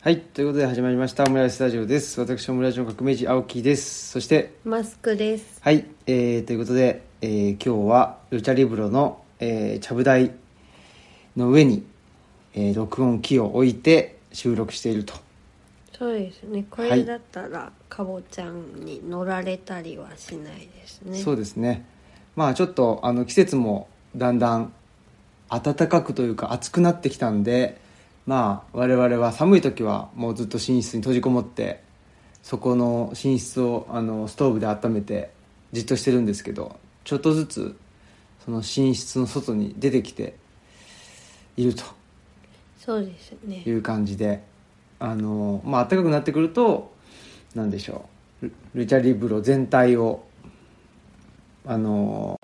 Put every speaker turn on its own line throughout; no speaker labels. はい、ということで始まりましたオムライススタジオです。私、オムライスの革命児、青木です。そして、
マスクです。
はい、えー、ということで、えー今日はルチャリブロの、えー、ちゃぶ台の上に、えー録音機を置いて収録していると。
そうですね。こ
は
れ
い
だったら、かぼちゃんに乗られたりはしないですね。
そうですね。まあちょっとあの季節もだんだん暖かくというか暑くなってきたんで、まあ我々は寒い時はもうずっと寝室に閉じこもって、そこの寝室をあのストーブで温めてじっとしてるんですけど、ちょっとずつその寝室の外に出てきていると
そうですね
い。う感じで、あのまあ暖かくなってくるとなんでしょうルルチャリブロ全体をあの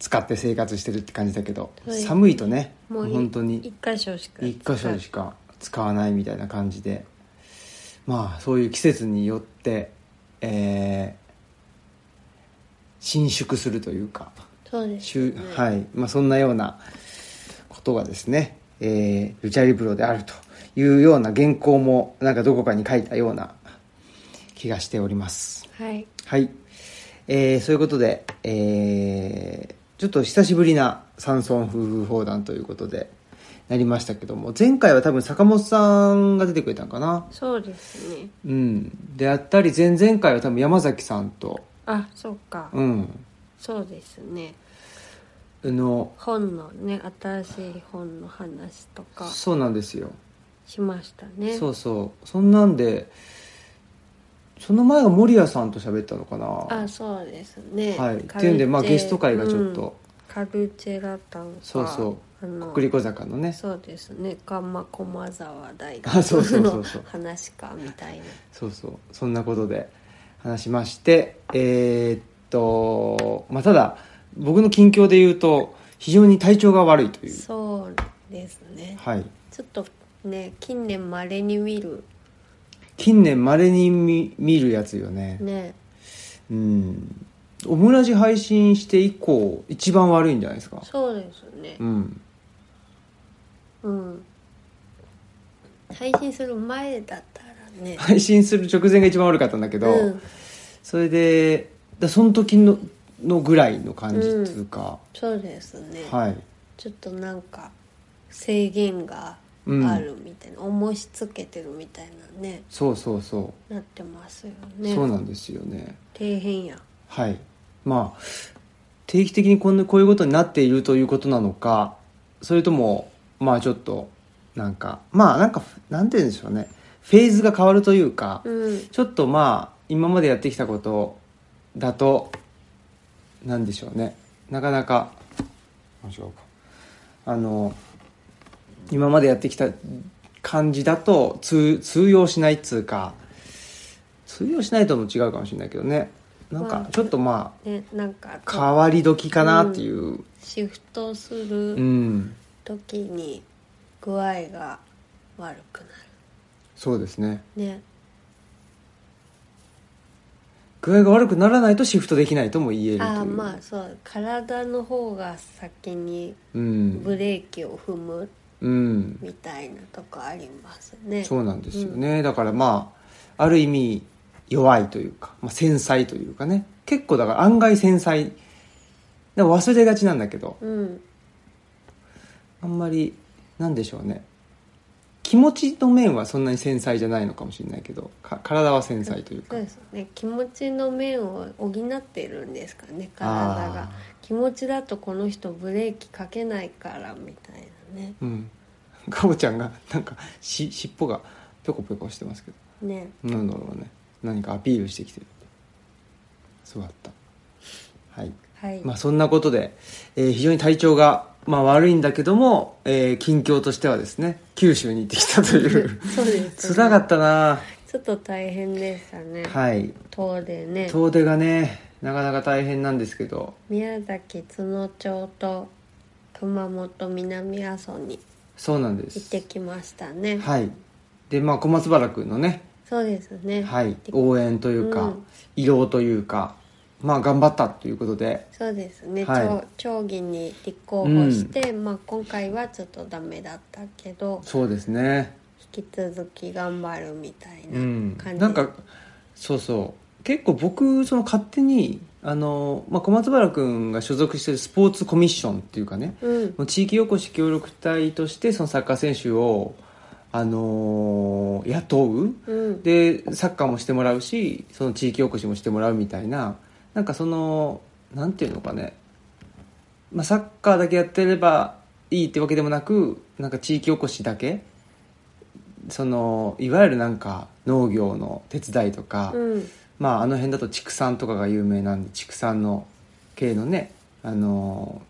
使って生活してるって感じだけど、
はい
寒いとね
もうい
本当
一
に
箇所しか。
一箇所しか使わないみたいな感じでまあそういう季節によって、えー伸縮するというか。
そうです、
週
ね。
はいまあ、そんなようなことがですね、えールチャリブロであるというような原稿もなんかどこかに書いたような気がしております
はい。
はい、えーそういうことで、えーちょっと久しぶりな山村夫婦砲弾ということでなりましたけども前回は多分坂本さんが出てくれたんかな
そうですね。
うんであったり前々回は多分山崎さんと
あ、そうか。
うん
そうですね。
の
本のね、新しい本の話とか
そうなんですよ
しましたね。
そうそうそんなんでその前は守屋さんと喋ったのかな
あ、そうですね。
はいっ
カルチェ
ていうんで、まあ、ゲスト会がちょっと、、
うんカルチェラタンか。
そうそう
あの
国立坂のね
そうですねガンマ駒沢大
あそうそう
学
そう
の
そう
話かみたいな
そうそうそんなことで話しましてえーっとまあただ僕の近況で言うと非常に体調が悪いという
そうですね
はい
ちょっとね近年まれに見る
近年まれに見見るやつよね
ね
うんオムラジ配信して以降一番悪いんじゃないですか
そうですね
うん
うん配信する前だったらね
配信する直前が一番悪かったんだけど、
うん
それでだその時ののぐらいの感じっていうか、
そうですね、
はい
ちょっとなんか制限があるみたいな、重しつけてるみたいなね
そうそうそ
なってますよ
う、
ね
そうなんですよね
底辺や
はいまあ定期的にこんなこういうことになっているということなのかそれともまあちょっとなんかまあなんかなんて言うんでしょうねフェーズが変わるというか、
うん
ちょっとまあ今までやってきたことだとなんでしょうねなかなかあ違うかあの今までやってきた感じだと通通用しないっつうか通用しないとも違うかもしれないけどねなん
ま
か
あ
ちょっとま
ねなんか
あ変わり時かなっていう
シフトす
う
る
ん
時に具合が悪くな
そうですね
るね
具合が悪くならないとシフトできないとも言えるという
ああまあそう体の方が先に
うん
ブレーキを踏む
うん
みたいなとこありますね
そうなんですよね、だからまあある意味弱いというか、まあ、繊細というかね結構だから案外繊細だから忘れがちなんだけど
うん
あんまりなんでしょうね気持ちの面はそんなに繊細じゃないのかもしれないけどか体は繊細というか
そうですね気持ちの面を補ってるんですかね体
あ
が気持ちだとこの人ブレーキかけないからみたいなね
ーうんかぼちゃんがなんかし尻尾がぴょこぴょこしてますけど
ね
なんだろうね何かアピールしてきてるそうだったはい
はい、
まあ、そんなことで、えー非常に体調が、まあ、悪いんだけども、えー近況としてはですね九州に行ってきたという
そうです、
つらかったな
ちょっと大変でしたね、
はい
遠出ね
遠出がねなかなか大変なんですけど
宮崎都農町と熊本南阿蘇に
そうなんで
行っ
す
てきましたね、
はいでまあ小松原君のね、
そうですね、
はい、応援というか、
うん
慰労というかまあ頑張ったということで
そうですね、
はい
町町議に立候補して、まあ、今回はちょっとダメだったけど
そうですね
引き続き頑張るみたいな
うん
感じ
なんかそうそう結構僕その勝手にあの、まあ、小松原君が所属してるスポーツコミッションっていうかね
うん
もう地域おこし協力隊としてそのサッカー選手を、あのー雇
うん
うでサッカーもしてもらうしその地域おこしもしてもらうみたいななんかそのなんていうのかね、まあ、サッカーだけやってればいいってわけでもなくなんか地域おこしだけそのいわゆるなんか農業の手伝いとか、
うん
まあ、あの辺だと畜産とかが有名なんで畜産の系のね、あのー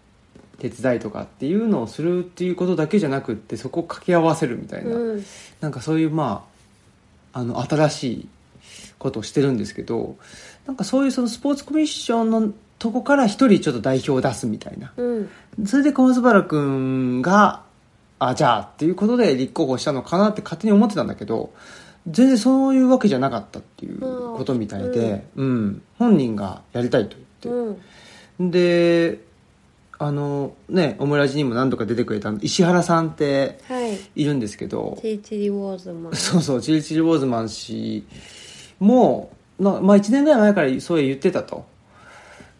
手伝いとかっていうのをするっていうことだけじゃなくってそこを掛け合わせるみたいな、
うん
なんかそういうまああの新しいことをしてるんですけどなんかそういうそのスポーツコミッションのとこから一人ちょっと代表を出すみたいな
うん
それで小松原君があじゃあっていうことで立候補したのかなって勝手に思ってたんだけど全然そういうわけじゃなかったっていうことみたいで、うん本人がやりたいと
う
言って、
ん
であのねオムラジにも何度か出てくれた石原さんって
はい
いるんですけど
チーチリウォーズマ ン
そうそうチリチリボーズマン氏もな、まあ、1年ぐらい前からそう言ってたと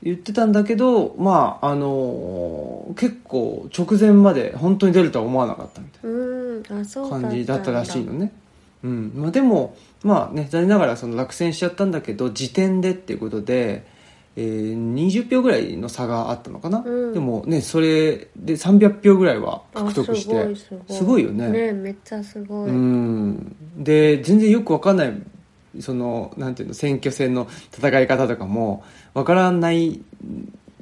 言ってたんだけどまああの結構直前まで本当に出るとは思わなかったみたい
うんあそ
な
うだったんだ
感じだったらしいのねうんまあ、でもまあね残念ながらその落選しちゃったんだけど時点でっていうことで、えー20票ぐらいの差があったのかな、
うん
でもねそれで300票ぐらいは獲得して
あすごいすごい
すごいよね
ねめっちゃすごい、
うんで全然よくわかんないそのなんていうの選挙戦の戦い方とかもわからない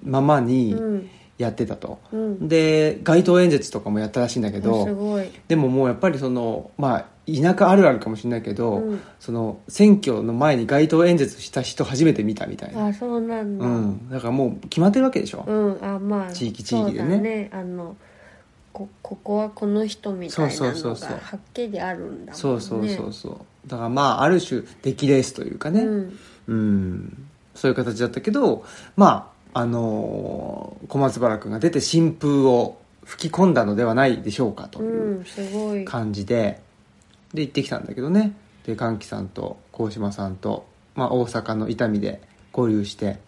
まま
う
に
ん
やってたと、
うん
で街頭演説とかもやったらしいんだけ
あす
ど
ごい
でももうやっぱりそのまあ田舎あるあるかもしれないけど、
うん
その選挙の前に街頭演説した人初めて見たみたいな、
あそうなんだ
うん、だからもう決まってるわけでしょ、
うんあまあ
地域地域でね
そうだねあのこここはこの人みたい
そう
な
そ
の
うそうそう
がはっきりあるんだもんね
そうそうそうそう、だからまあある種出来レースというかね、
うん
うん、そういう形だったけど、まあ、あのー小松原君が出て新風を吹き込んだのではないでしょうかといううん
すごい
感じで、で、行ってきたんだけどね。で、歓喜さんと鴻島さんと、まあ、大阪の伊丹で合流して、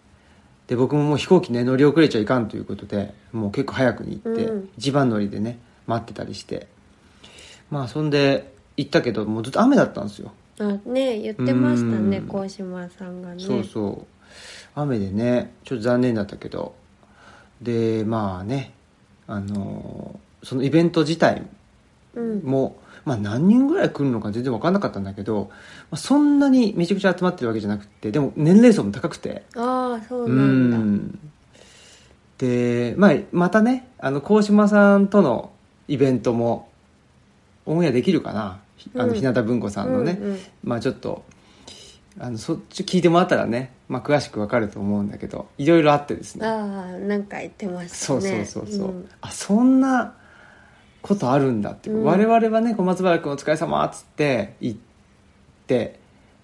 で、僕ももう飛行機ね、乗り遅れちゃいかんということで、もう結構早くに行って、
うん
一番乗りでね、待ってたりして、まあ、そんで行ったけど、もうずっと雨だったんですよ。
あね言ってましたね
うん
鴻島さんがね
そうそう雨でねちょっと残念だったけどでまあねあのーそのイベント自体
うん
も、まあ、何人ぐらい来るのか全然分かんなかったんだけど、まあ、そんなにめちゃくちゃ集まってるわけじゃなくてでも年齢層も高くて
ああそううなんだ
んで、まあ、またねあの鴻島さんとのイベントもオンエアできるかなひあ
う
の
ん
日向文庫さんのね、
うんうん
まあちょっとあのそっち聞いてもらったらね、まあ、詳しくわかると思うんだけどいろいろあってですね
ああなんか言ってました
そうそう
ね
そうそう、
ん
あそんなことあるんだって、
うん
我々はね小松原君お疲れ様っつって行って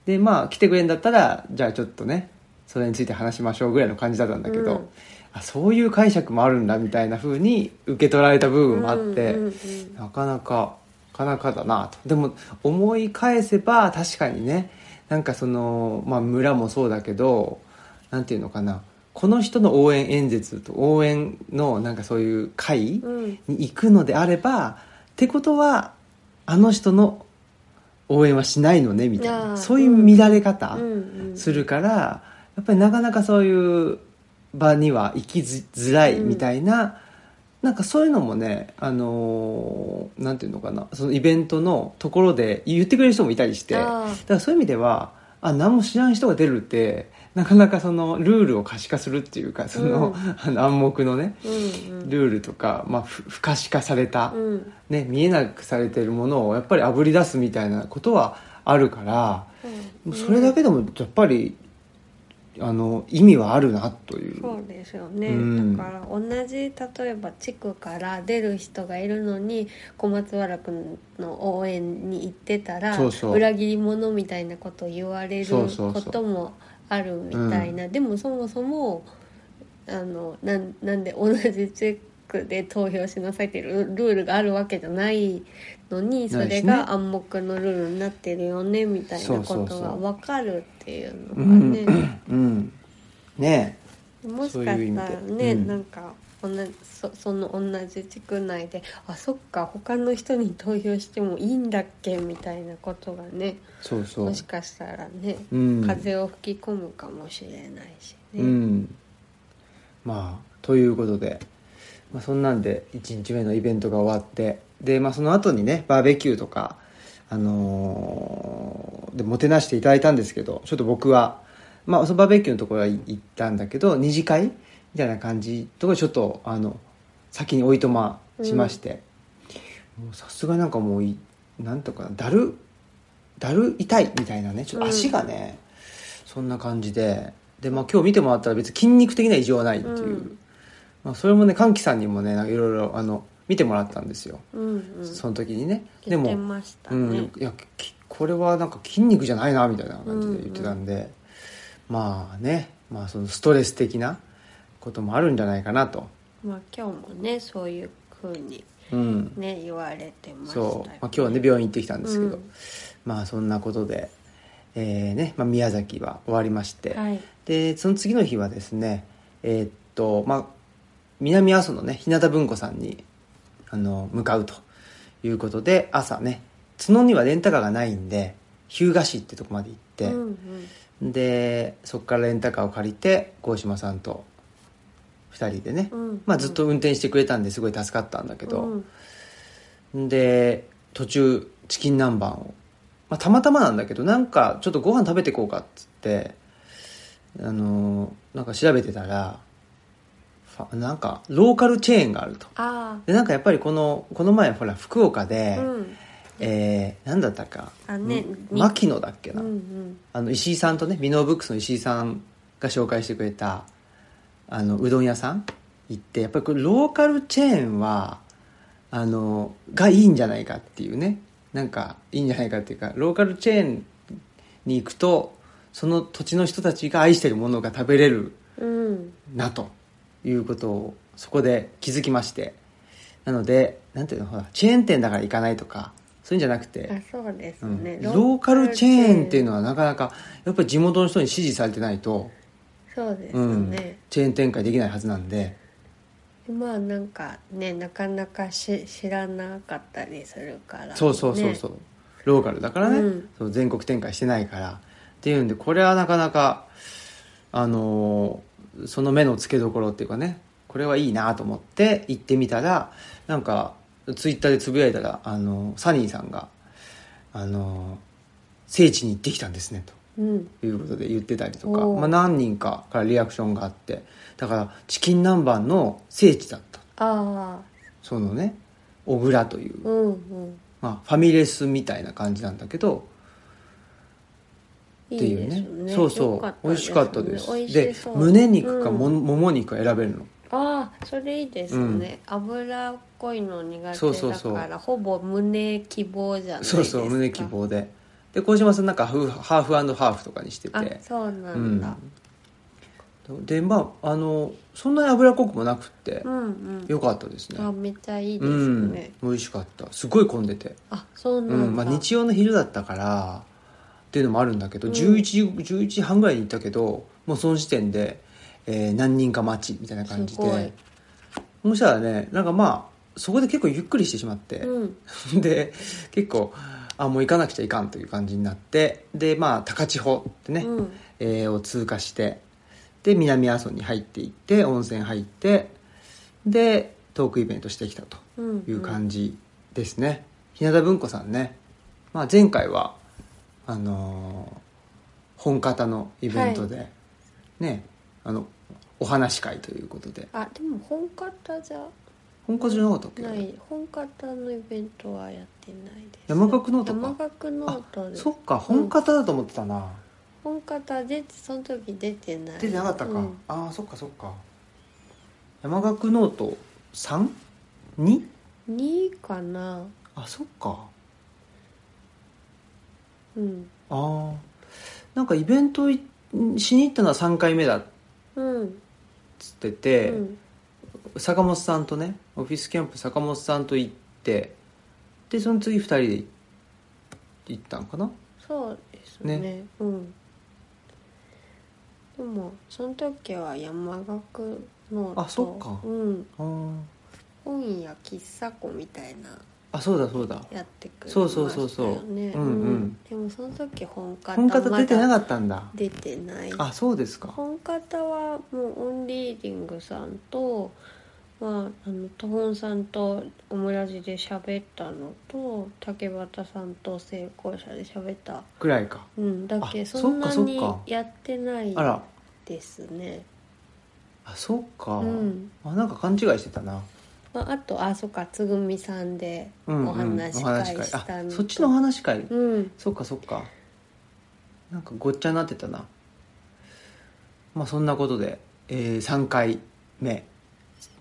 でまあ来てくれんだったらじゃあちょっとねそれについて話しましょうぐらいの感じだったんだけど、
うん
あそういう解釈もあるんだみたいな風に受け取られた部分もあって、
うんうん
なかなかなかなかだなとでも思い返せば確かにねなんかその、まあ、村もそうだけどなんていうのかなこの人の応援演説と応援のなんかそういう会
うんうん
に行くのであればってことはあの人の応援はしないのねみたい
あ
な
ー
そういう乱れ方
うんうん
するから、やっぱりなかなかそういう場には行きづづらいみたいな、なんかそういうのもね、あのーなんていうのかな、そのイベントのところで言ってくれる人もいたりして、だか
あ
らそういう意味では、あ、何も知らん人が出るって、なかなかそのルールを可視化するっていうか、その、あ
うん
の暗黙のね、
あうんうん
ルールとか、まあ、ふ不可視化された、
うん
ね、見えなくされてるものをやっぱり炙り出すみたいなことはあるから、
うん
それだけでもやっぱりあの意味はあるなという
そうですよね、
うん
だから同じ例えば地区から出る人がいるのに小松原君の応援に行ってたら
そうそう
裏切り者みたいなことを言われる
そうそうそ
こ
う
ともあるみたいなでもそもそもあのなんなんで同じ地クで投票しなさいっていうルルールがあるわけじゃないのにそ
ないで
れ
すね
が暗黙のルールになってるよねみたいな
そ
こ
うそ
と
う
が
そう
分かるっていうの
う
が
ん
ね。
うんね
もしかした
そ
ら
ういう意味
ね
でうん
なんか同じそその同じ地区内であそっか他の人に投票してもいいんだっけみたいなことがね
えそうそう
もしかしたらね、
うん
風を吹き込むかもしれないしね、
うんまあということで、まあ、そんなんで1日目のイベントが終わってで、まあ、その後にねバーベキューとか、あのーでもてなしていただいたんですけどちょっと僕は、まあ、そのバーベキューのところは行ったんだけど二次会みたいな感じとかちょっとあの先においとましまして、もうさすがになんかもういなんとかだるだる痛いみたいなねちょっと足がね、そんな感じでで、まあ、今日見てもらったら別に筋肉的な異常はないっていう、
うん
まあ、それもね歓喜さんにもねいろいろあの見てもらったんですよ、
うんうん
その時にねで
言って
も、
ました
う
ね、
ん、いやきこれはなんか筋肉じゃないなみたいな感じで言ってたんで、まあね、まあ、そのストレス的なこともあるんじゃないかなと、
まあ今日もねそういうふうに
うん、
ね言われてましたよ
そう、まあ、今日はね病院行ってきたんですけど、
うん
まあそんなことで、えーねまあ、宮崎は終わりまして、
はい
でその次の日はですねえーっとまあ南阿蘇のね日向文庫さんにあの向かうということで朝ね角にはレンタカーがないんで日向市ってとこまで行って、
うんうん
でそこからレンタカーを借りて郷島さんと2人でね、
うん
まあ、ずっと運転してくれたんですごい助かったんだけど、
うん
で途中チキン南蛮を、まあ、たまたまなんだけどなんかちょっとご飯食べてこうかっつってあのーなんか調べてたらファなんかローカルチェーンがあると
あ
でなんかやっぱりこのこの前ほら福岡で、
あうん
えー、なんだったか
あね
ん
に
牧野だっけ
う
な、
んうん
あの石井さんとねミノーブックスの石井さんが紹介してくれたあのうどん屋さん行ってやっぱりこれローカルチェーンはあのがいいんじゃないかっていうねなんかいいんじゃないかっていうかローカルチェーンに行くとその土地の人たちが愛してるものが食べれる
うん
なということをそこで気づきましてなのでなんていうのほらチェーン店だから行かないとかそういうんじゃなくて
あそうです
う
ね、
んローカルチェーンっていうのはなかなかやっぱり地元の人に支持されてないと、
そうです
うん
ね、、
チェーン展開できないはずなんで
まあなんかねなかなかし知らなかったりするから
そうそうそうそう、ローカルだからね、
うん
そう全国展開してないからっていうんでこれはなかなかあのーその目の付けどころっていうかねこれはいいなと思って行ってみたらなんかツイッターでつぶやいたら、あのーサニーさんが、あのー聖地に行ってきたんですね」と。
うん
ということで言ってたりとか、
おー
まあ、何人かからリアクションがあってだからチキン南蛮の聖地だった
ああ
そのね小倉という、
うんうん
まあ、ファミレスみたいな感じなんだけど
い
ってい
いで
う
す
ね
ね
そうそ
よ
う、
かった
美味しかったです
ね美味
で
しそう
胸肉かも,、
うん
もも肉か選べるの
ああそれいいですね、脂っこいの苦手だから
そうそうそう
ほぼ胸希望じゃないですか
そうそう胸希望でで小島さんなんかハーフハーフハーフとかにして
あ
て
そうなんだ、
でまああのそんなに脂っこくもなくって、
うん、うん
よかったですね
あめっちゃいいで
う
す
ん
ね、
美味しかったすごい混んでて
あそうなん
う
だ、
んまあ、日曜の昼だったからっていうのもあるんだけど、
うん
11時11時半ぐらいに行ったけどもうその時点で、えー何人か待ちみたいな感じ
すごい
でそしたらねなんかまあそこで結構ゆっくりしてしまって、
うん、
で結構あもう行かなくちゃいかんという感じになってでまあ高千穂ってね、
うん
えーを通過してで南阿蘇に入っていって温泉入ってでトークイベントしてきたと。
うん
いう感じですね、日向文庫さんね、まあ、前回はあのー本方のイベントで、ねあのお話し会ということで
あでも本方じゃ
本方じゃなかったっけ
ない本方のイベントはやってないです
山岳ノートか
山岳ノートで
そっか本方だと思ってたな、
本方でその時出てない
出てなかったか、
うん
ああそっかそっか山岳ノート 3?2?
2位かな
あそっか
うん
ああなんかイベントいしに行ったのは3回目だっ
うん
つってて、
うん
坂本さんとねオフィスキャンプ坂本さんと行ってでその次2人で行ったんかな
そうですね
ね
うんでもその時は山岳の
あそっか
うん、
あー
本や喫茶庫みたいな
あそうだそうだ
やってくれました
そ
よ
う
ね
そうそうそう
う
うんうん
でもその時本方
本方出てな
まだ
かったんだ
出てない
あそうですか
本方はもうオンリーディングさんと、まあ、あのトホンさんとオムラジで喋ったのと竹俣さんと成功者で喋った、
くらいか
うん、だけ
あ
そんな
そっか
に
そっか
やってない
あら
ですね。
あそっか、
うん
あなんか勘違いしてたな
まあ、あとあそっかつぐみさんで
うんうん
お話し会し
あ
たのと
そっちのお話し会、
うん
そっかそっかなんかごっちゃになってたなまあそんなことで、え3回目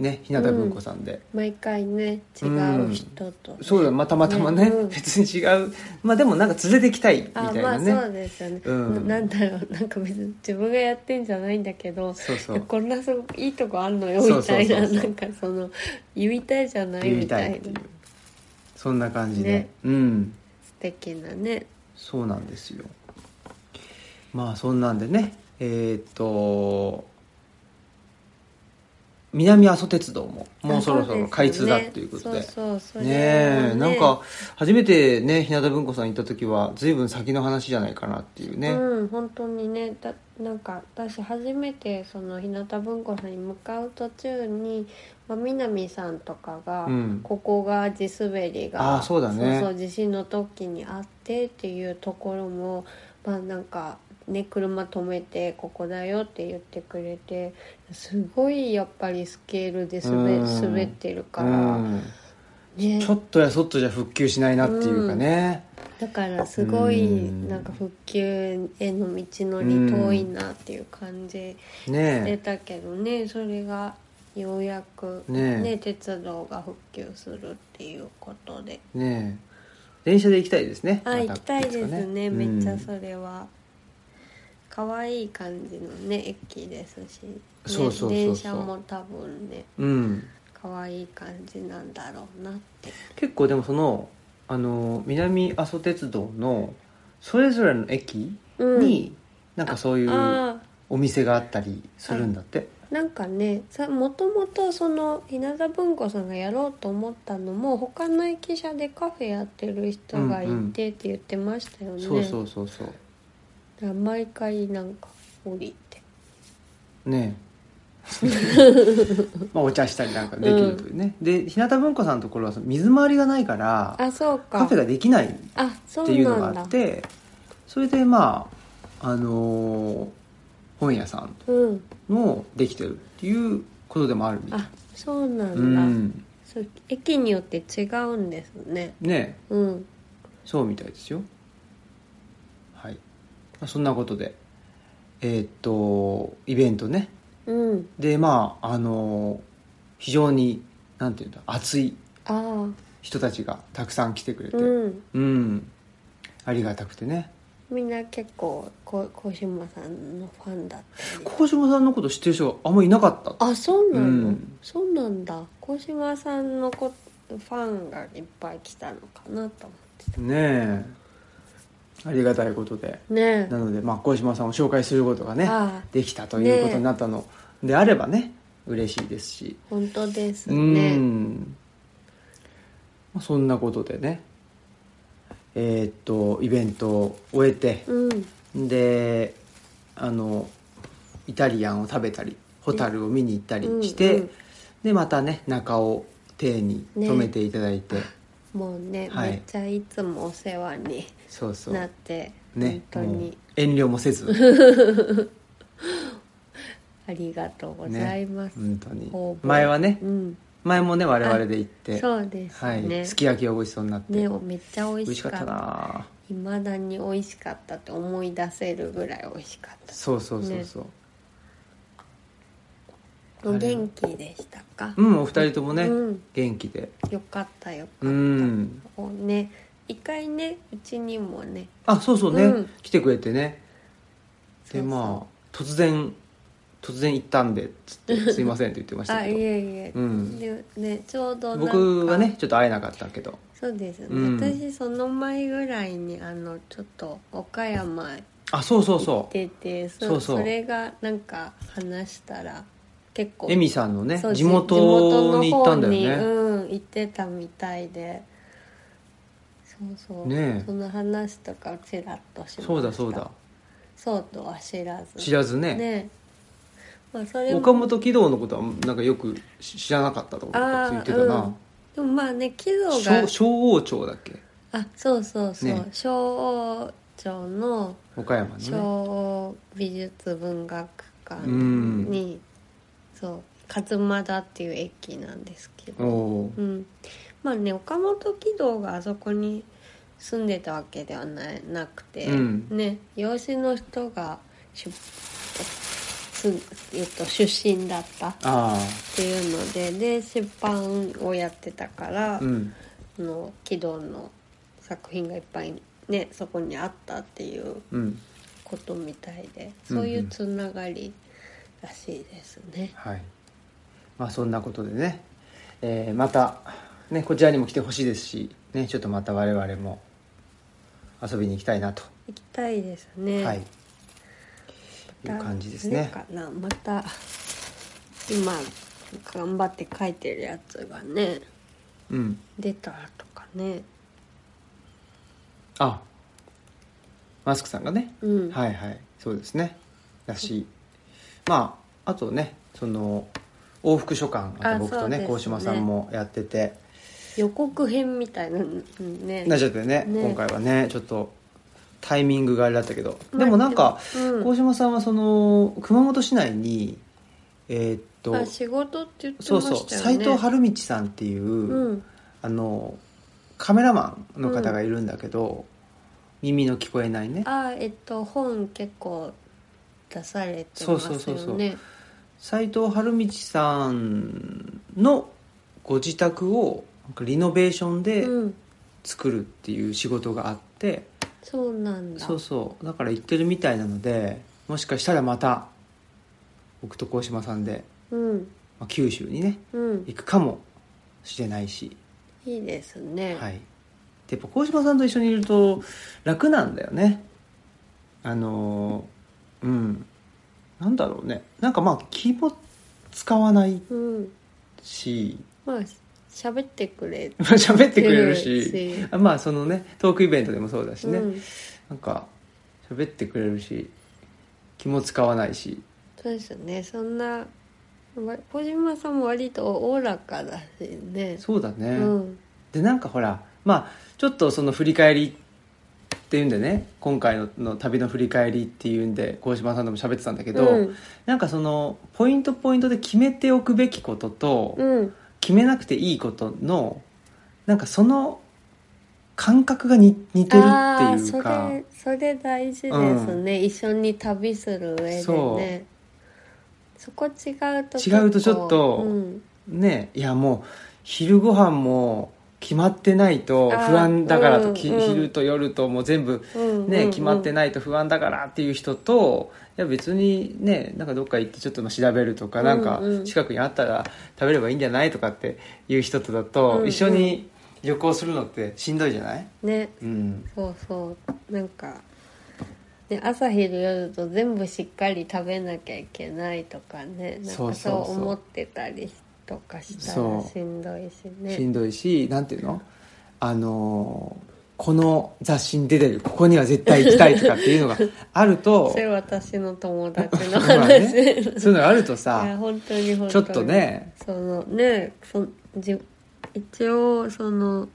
ね日向文子さんで、
毎回ね違う人とね、
そうだまあたまたまね
ねうん
別に違うまあでもなんか連れてきたいみた
あ
いな
まあ
ね、
そうですよね、
うん
ななんだろうなんか別に自分がやってんじゃないんだけど
そうそ
いや
う
こんなすごいいいとこあんのよ
そう
み
そ
た
う
い
そうそう
ななんかその言いたいじゃない
言い
みた
た
い
い
な
っていうそんな感じで、
ね
うん
素敵なね
そうなんですよまあそんなんでねえーっと南阿蘇鉄道ももうそろそろ開通だということで
そうそうそれは
ねえなんか初めてね日向文子さん行った時は随分先の話じゃないかなっていうね、
うん本当にねだなんか私初めてその日向文庫さんに向かう途中に、まあ、南さんとかが、
うん
ここが地滑りが
あーそうだね
そうそう地震の時にあってっていうところもまあなんかね車止めてここだよって言ってくれてすごいやっぱりスケールで滑
うん
滑ってるか
う
ら、
ん
ね
ちょっとやそっとじゃ復旧しないなっていうかね、
だからすごい
うん
なんか復旧への道のり遠いなっていう感じ。出
ね
たけどねそれがようやく、
ね
ね
え
鉄道が復旧するっていうことで
えねえ電車で行きたいですね
あ
ま
行きたいですね
うん
めっちゃそれは可愛、いい感じのね駅ですし、ね、
そうそうそうそう
電車も多分ね
うん
可愛いい感じなんだろうなって
結構でもそのあの南阿蘇鉄道のそれぞれの駅に、なんかそういう
ああ
お店があったりするんだって
なんかねもともとその日向文庫さんがやろうと思ったのも他の駅舎でカフェやってる人がいてって言ってましたよね、
そうそうそうそう
だから毎回なんか降りて
ね えまあお茶したりなんかできるというね、で日向文庫さんのところはその水回りがないから
あそうか
カフェができないっ
あそう
ていうの
な
が
ん
あ
だ
ってそれでまああのー本屋さん
うん
のできてるっていうことでもあるみたい
あそうな
うん
だ
ん
そう駅によって違うんですね
ねえ
うん
そうみたいですよはいまあそんなことでえーっとイベントね
うん
でまああの非常になんていうんだ熱い
あ
人たちがたくさん来てくれて
あうん
うんありがたくてね
みんな結構こ小島さんのファンだったり
小島さんのこと知ってる人があんまりいなかった
あそうなの、
うん
そうなんだ小島さんのこファンがいっぱい来たのかなと思ってた
ねえありがたいことで
ね
なので、まあ、小島さんを紹介することが
え
ね
ああ
できたということになったのであればね嬉しいですし
本当です
う
ね
ん、まあ、そんなことでねえーっとイベントを終えて、
うん
であのイタリアンを食べたりホタルを見に行ったりして、
うんうん
でまたね中尾邸に泊めていただいて、
もうね、
はい
めっちゃいつもお世話に
そうそう
なって、
ね
本当
もう
に
遠慮もせず
ありがとうございます、
本当に
ほぼ
前はね
うん
前もね我々で行って、
そうです
はい
ね、
すき焼きをごちそうになって、
ねめっちゃ美
美
味
味
し
し
か
か
っ
ったたな
未だに美味しかったって思い出せるぐらい美味しかっ
そうそうそうそう、
たお元気でしたか、
うんお二人ともね、
うん
元気で
よかったよかった、
うん
おね一回ねうちにもね
あそうそうね、
うん
来てくれてね
そ
で
うそう
まあ突然突然行ったんで」つ って「すいません」って言ってました
あ
け
い
ど
えいえ、
うん
でねちょうどなんか
僕はねちょっと会えなかったけど
そうですね、
うん
私その前ぐらいにあのちょっと岡山
あそうそう
行
そ
っ
う
ててそ
そうそう
それがなんか話したら結構
エミさんのね
そう
地元に行ったんだよ
地元
ね
の方にうん行ってたみたいでそうそう、
ねえ
その話とかちらっとしました
そうだそうだ
そうとは知らず
知らずね
ねまあそれも
岡本喜道のことはなんかよく知知らなかったとかっ
あ
て言
あ
ってたな、
うん、でもまあね喜怒が
小小王朝だっけ
あそうそうそう、
ね
小王朝の
岡山の
小
ね
王美術文学館
うん
に、そう勝間っていう駅なんですけ
お
ど、
おー
うん、まあね岡本喜道があそこに住んでたわけではないなくて、
うん
ね養子の人が出す、えっと、出身だったっ
あ
ていうのでで出版をやってたか
あ
ら。
うん
あの喜怒の作品がいっぱいねそこにあったっていう
うん
ことみたいで
うんうん
そういうつながりらしいですね、
はいまあそんなことでね、えーまた、ね、こちらにも来てほしいですし、ね、ちょっとまた我々も遊びに行きたいなと、
行きたいですね
はいい
ま
う
た
感じです
あれ
ね
かなまた今頑張って書いてるやつがね
うん
出たらとかね
あマスクさんがね、
うん、
はいはいそうですねだしまああとねその往復書簡あ
あ
と僕と
そうです
ね
ね
鴻島さんもやってて
予告編みたいなうんね
なっちゃってね
ね
今回はねちょっとタイミングがあれだったけど
まあ
でもなんか
でもうん
鴻島さんはその熊本市内にえーっと、
あ仕事って言ってました
そう
よね
そう斎藤晴道さんっていう、
うん
あのカメラマンの方がいるんだけど、耳の聞こえないね
あえっと本結構出されて
そう
ますよ
そう
ね
そうそう斎藤晴道さんのご自宅をなんかリノベーションで
うん、
作るっていう仕事があって、
そうなんだ
そうそうだから行ってるみたいなのでもしかしたらまた僕と鴻島さんで、
うん
まあ、九州にね
うん
行くかもしれないし、
いいですね、
はい、でやっぱ鴻島さんと一緒にいると楽なんだよねあのーうんなんだろうねなんかまあ気も使わない
うん
し
まあ喋ってくれ
まあ 喋ってくれるし、
てるし
あまあそのねトークイベントでもそうだしね、
うん、
なんか喋ってくれるし気も使わないし
そうですねそんなわ小島さんも割とおおらかだしね
そうだね、
うん
でなんかほらまあちょっとその振り返りっていうんでね今回のの旅の振り返りっていうんで鴻島さんとも喋ってたんだけど、
うん
なんかそのポイントポイントで決めておくべきことと、
うん
決めなくていいことのなんかその感覚がに似てる
ああ
っていうか
それそれ大事ですね、一緒に旅する上で
そう
ねそこ違うと
違うとちょっと
結構うん
ねいやもう昼ご飯も決まってないと
あー
不安だからと、
うん
き
うん
昼と夜ともう全部
うん
ね、決まって
な
ないと不安だからっていう人といや別にねなんかどっか行ってちょっとまあ調べるとか、
うん
なんか
うん
近くにあったら食べればいいんじゃないとかっていう人とだと、
うんうん
一緒に旅行するのってしんどいじゃない、
ね
うん、
そうそうなんか、ね、朝昼夜と全部しっかり食べなきゃいけないとかねなん
そう
か
そうそう
そう思ってたりとかした
そ
ら
う
しんどいし
し
ね
んどいしなんていうのあのーこの雑誌に出てるここには絶対行きたいとかっていうのがある
そ
と
れ私の友達の
まあ
話、
ねそういうのがあると
いや
さ
本当に本当に
ちょっとね
そのねそじ一応その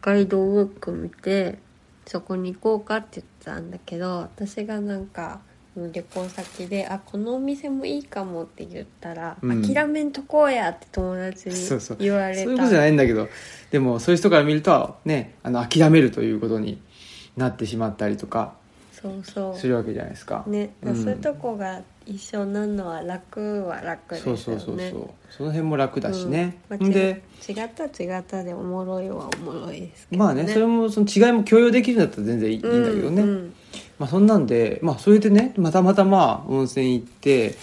ガイドブック見てそこに行こうかって言ってたんだけど私がなんか旅行先で「あこのお店もいいかも」って言ったら「
うん
諦めんとこうや」って友達に
そうそう
言われた
そういうことじゃないんだけどでもそういう人から見るとねあの諦めるということになってしまったりとか
そうそう
するわけじゃないですか
ね、
うん
そういうとこが一緒なのは楽は楽です
そ
よ
う
ね
そうそうそうその辺も楽だしね、
うん
んで
違った違ったでおもろいはおもろいですけど、
ま
ね、
あねそれもその違いも許容できるんだったら全然いいいいんだけどね、
うんうん
まあ、そんなんで、まあ、それでねまたまたまあ温泉行って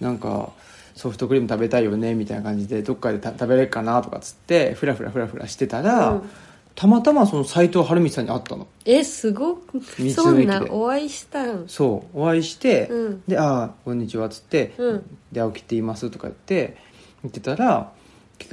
なんかソフトクリーム食べたいよねみたいな感じでどっかでた食べれるかなとかっつってフラフラフラフラしてたら、
うん
たまたまその斎藤晴美さんに会ったの
えすごく
で
そんなお会いしたん
そうお会いして、
うん
で「ああこんにちは」っつって
うん
で青木って言います」とか言って言ってたら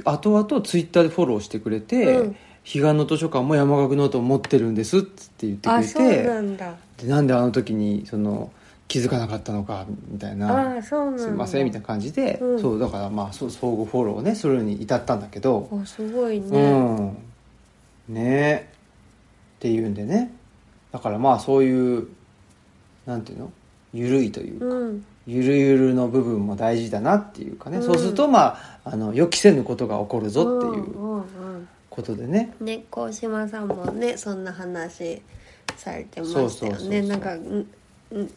後々ツイッターでフォローしてくれて「
うん
彼岸の図書館も山岳ノートを持ってるんです」っつって言ってく
あ
れ
そう
て
なんだ
でなんであの時にその気づかなかったのかみたいな
あそうなんだ
すいませんみたいな感じで、
うん
そうだからまあそう相互フォローをねするに至ったんだけど、
あすごいね、
うんねえっていうんでねだからまあそういうなんていうのゆるいというか、
うん
ゆるゆるの部分も大事だなっていうかね、
うん
そうするとまああの予期せぬことが起こるぞってい
ん
う
うんうん
ことでね、
ねこう島さんもねそんな話されてましたよね
そうそうそうそう
なんかんん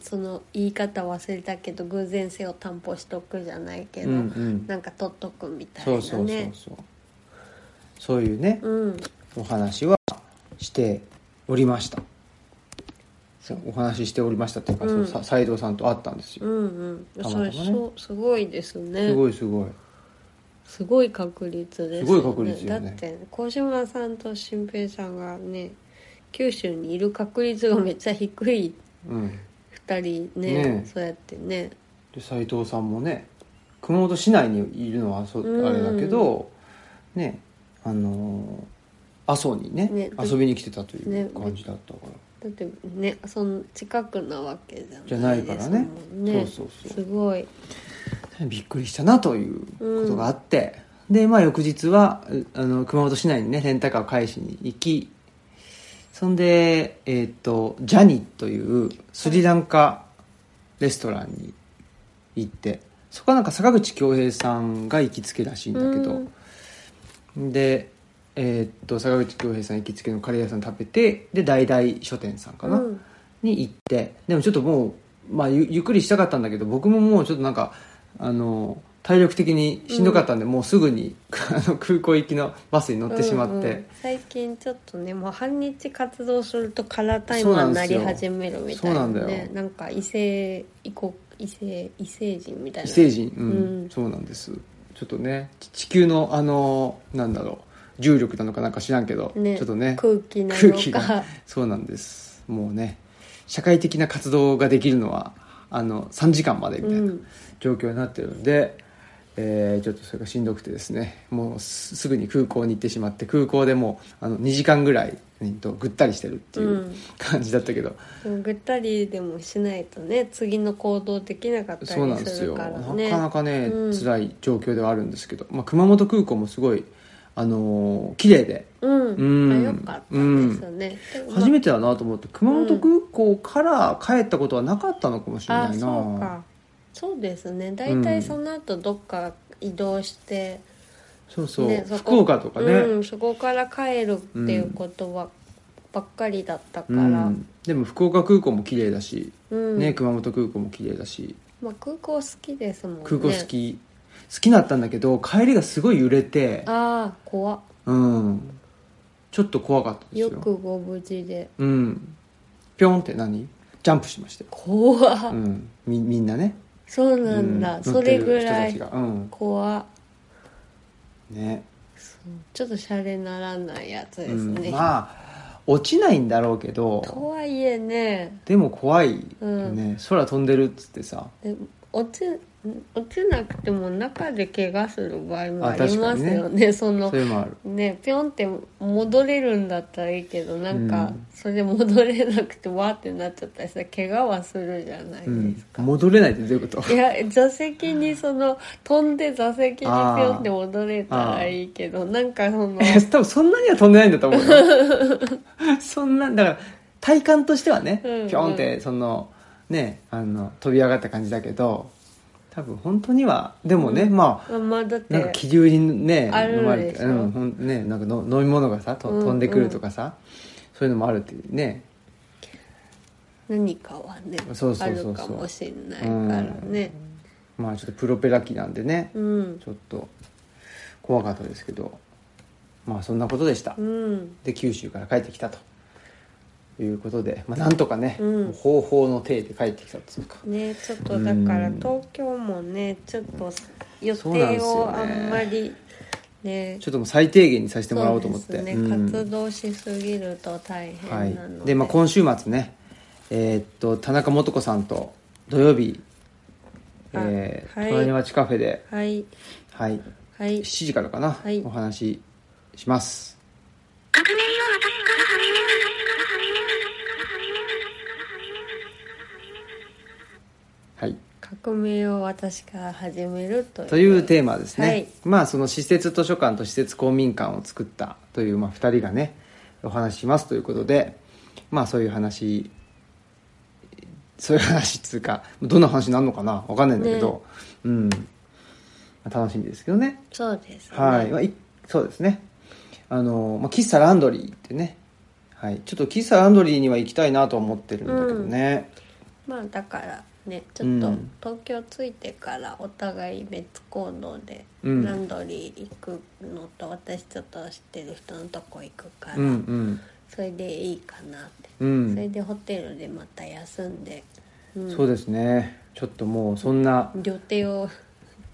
その言い方忘れたけど偶然性を担保しとくじゃないけど、
うんうん
なんか取っとくみたいな
そう
ね
そうそうそうそういうね、
うん
お話はしておりました
そう
お話ししておりましたっていうか、
うん
そうさ斉藤さんと会ったんですよ、
うんうん
たまたま
そ
ね
れそうすごいですね
すごいすごい
すごい確率です、
す
ね、
ごい確率よね
だって小島さんと新平さんがね九州にいる確率がめっちゃ低い
うん
2人
ね
ね
え
そうやってね
で斉藤さんもね熊本市内にいるのはそう
うん
あれだけど、ねあのー阿蘇にね
ね
遊びに来てたとい
ね
う感じだったから、
だってねその近くなわけじゃない
じゃないからね
ですもんね
そうそうそう
すごい
びっくりしたなということがあって、でまあ翌日はうあの熊本市内にねレンタカーを返しに行きそんでえっ、とジャニというスリランカレストランに行ってそこはなんか坂口恭平さんが行きつけらしいんだけど、でえっと坂口恭平さん行きつけのカレー屋さん食べてで大々書店さんかな、
うん
に行ってでもちょっともう、まあ、ゆゆっくりしたかったんだけど僕ももうちょっとなんかあの体力的にしんどかったんで、もうすぐに あの空港行きのバスに乗ってしまって、
うんうん最近ちょっとねもう半日活動するとカラータイ
そう
マ
なんで
ーにな
す
り
よ
始めるみたい
そ
な、
うなん
ね、
だよ
なんか異性異国異性異性人みたい
異
な
星人、うん
うん
そうなんですちょっとねち地球のあのなんだろう重力なのかなんか知らんけど、
ね
ちょっとね
空気な
空気
の
が
か
そうなんですもうね社会的な活動ができるのはあの3時間までみたいな
うん
状況になってるんで、えーちょっとそれがしんどくてですねもうすすぐに空港に行ってしまって空港でもうあの2時間ぐらい、うんとぐったりしてるっていううん感じだったけど、
でもぐったりでもしないとね次の行動できなかった
そうなん
り
です
する
よ、
からね
なかなかね、
うん
辛い状況ではあるんですけど、まあ、熊本空港もすごい、あのー綺麗で
うん、
うん
あよかったですよね、でも
初めてだなと思って熊本空港から帰ったことはなかったのかもしれ
あ
ないな、
そうかそうですね大体その後どっか移動して、
そうそう、
ねそこ
福岡とかね、
うん、そこから帰るっていうことは、ばっかりだったから、
うんでも福岡空港も綺麗だし、
うん
ね、熊本空港も綺麗だし
まあ、空港好きですもんね
空港好き、好きだったんだけど帰りがすごい揺れて
ああ怖っ
うんちょっと怖かったですよ
よくご無事で
うんピョンって何ジャンプしましたよ、
怖っ、
うん、みみんなね
そうなんだ、
う乗
そ
って
れ
る
ぐら
人
い
たちがうん
怖っ
ね
そうちょっとシャレならないやつです
うん
ね、
まあ落ちないんだろうけ
と
ど
はいえね
でも怖いよ
うん
ね、空飛んでるっつってさ
で落ち落ちなくても中で怪我する場合も
あ
あります
確
よ
か
ねその
それもある
ねピョンって戻れるんだったらいいけどなん
う
か
ん
それで戻れなくてわーってなっちゃったりしたら怪我はするじゃないですか、
うん、戻れないってどういうこと
いや座席にその飛んで座席にピョンって戻れたらいいけどなんかその
いや多分そんなには飛んでないんだと思うよ そんなだから体感としてはね、
うんうん
ピョンってそのねあの飛び上がった感じだけど多分本当にはでもね、まあ
あまあだっ
なんか
て
気流にね
あるでしょ
飲まれて、うんほんね、なんかの飲み物がさと
うんうん
飛んでくるとかさ、そういうのもあるっていうね
何かはね
そうそうそうそう
あるかもしれないからね
まあちょっとプロペラ機なんでね、
うん
ちょっと怖かったですけどまあそんなことでした、
うん
で九州から帰ってきたということで、まあ、なんとかね、
うん
もう方法の体で帰ってきたというか
ねちょっとだから
うん
東京もねちょっと予
そうなんで
定
すよ
を
ね
あんまりね
ちょっともう最低限にさせてもらおうと思って
そうです
う
ね
ん
活動しすぎると大
は
変
い
なので,、、
で、まあ、今週末ねえーっと田中素子さんと土曜日、
あ
えー
はい
隣町カフェで、
はい
はい、
はい
7時からかな、
はい
お話ししますはい
革命を私から始めるという
というテーマですね、
はい
まあその施設図書館と施設公民館を作ったという、まあ、2人がねお話ししますということでまあそういう話そういう話っつうかどんな話になるのかなわかんないんだけど、うんまあ楽しみですけどね
そうですね
はい、まあ、いそうですねあの、まあ、喫茶ランドリーってね、はい、ちょっと喫茶ランドリーには行きたいなとは思ってるんだけどね、
まあだからねちょっ
う
と
ん
東京着いてからお互い別行動でラ
うん
ンドリー行くのと、私ちょっと知ってる人のとこ行くから、
うん、うん
それでいいかなって、
うん
それでホテルでまた休んで、うん
そうですねちょっともうそんな
予定を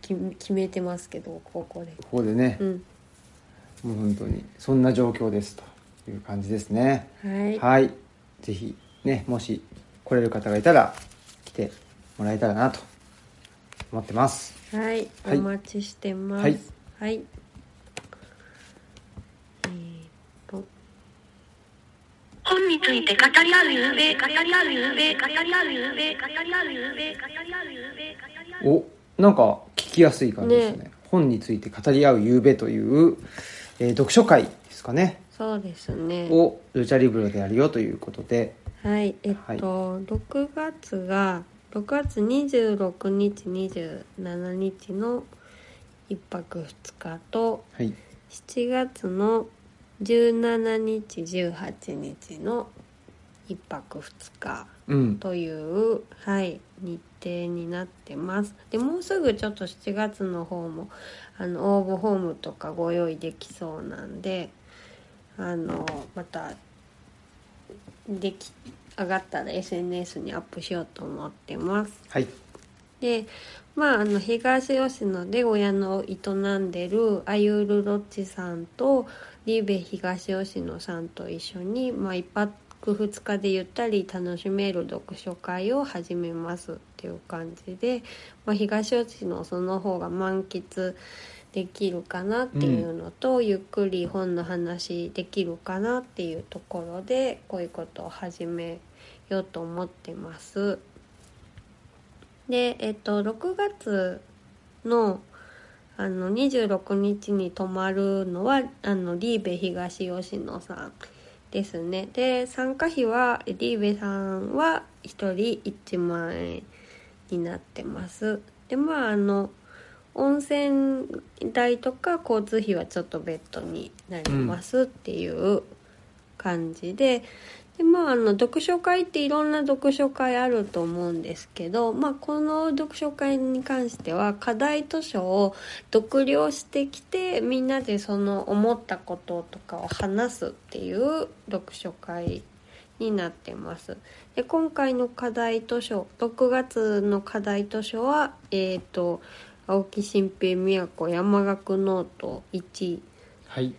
決め決めてますけどここで
ここでね
う、ん
もう本当にそんな状況ですという感じですね
はい
はいぜひねもし来れる方がいたら来てもらえたらなと思ってます
はい、
はい
お待ちしてます。
はい、
えーっと、
本について語り合うゆうべ語り合うゆうべ語り合うゆうべ語り合うゆうべ語り合うゆうべ語り合う
おなんか聞きやすい感じですね
ね
本について語り合う夕べという、えー読書会ですかね
そうですね。
をルチャリブロでやるよということで
はい、えっと、6月が6月26日27日の1泊2日と
はい
7月の17日18日の1泊2日
うん
という、はい、日程になってますでもうすぐちょっと7月の方もあの応募フォームとかご用意できそうなんであのまたでき上がったら SNS にアップしようと思ってます
はい
でまああの東吉野で親の営んでるあゆるロッチさんとリーベ東吉野さんと一緒に、まあ、1泊2日でゆったり楽しめる読書会を始めますっていう感じで、まあ、東吉野その方が満喫できるかなっていうのと、ゆっくり本の話できるかなっていうところでこういうことを始めようと思ってます。で、えっと、6月のあの26日に泊まるのはあのリーベ東吉野さんですねで参加費はリーベさんは1人1万円になってますでまああの温泉代とか交通費はちょっと別途になりますっていう感じで、でまあ、あの読書会っていろんな読書会あると思うんですけど、まあ、この読書会に関しては課題図書を読了してきてみんなでその思ったこととかを話すっていう読書会になってます。で今回の課題図書6月の課題図書は、えー、と青木新平宮子山学ノート1
はい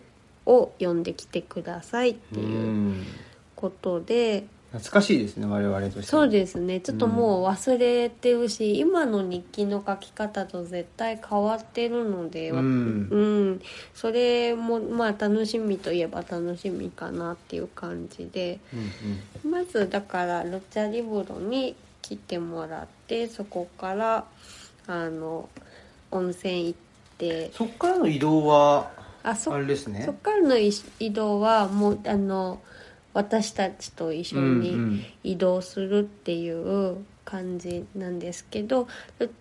を読んできてくださいって
う
いうんことで。
懐かしいですね我々として
そう
す
ですねちょっともう忘れてるし、今の日記の書き方と絶対変わってるので、
う
わ
ん
うんそれもまあ楽しみといえば楽しみかなっていう感じで
うんうん
まずだからロチャリブロに来てもらってそこからあの温泉行って
そっからの移動は
あそっ
あれですね
そっからの移移動はもうあの私たちと一緒に。
うんうん
移動するっていう感じなんですけど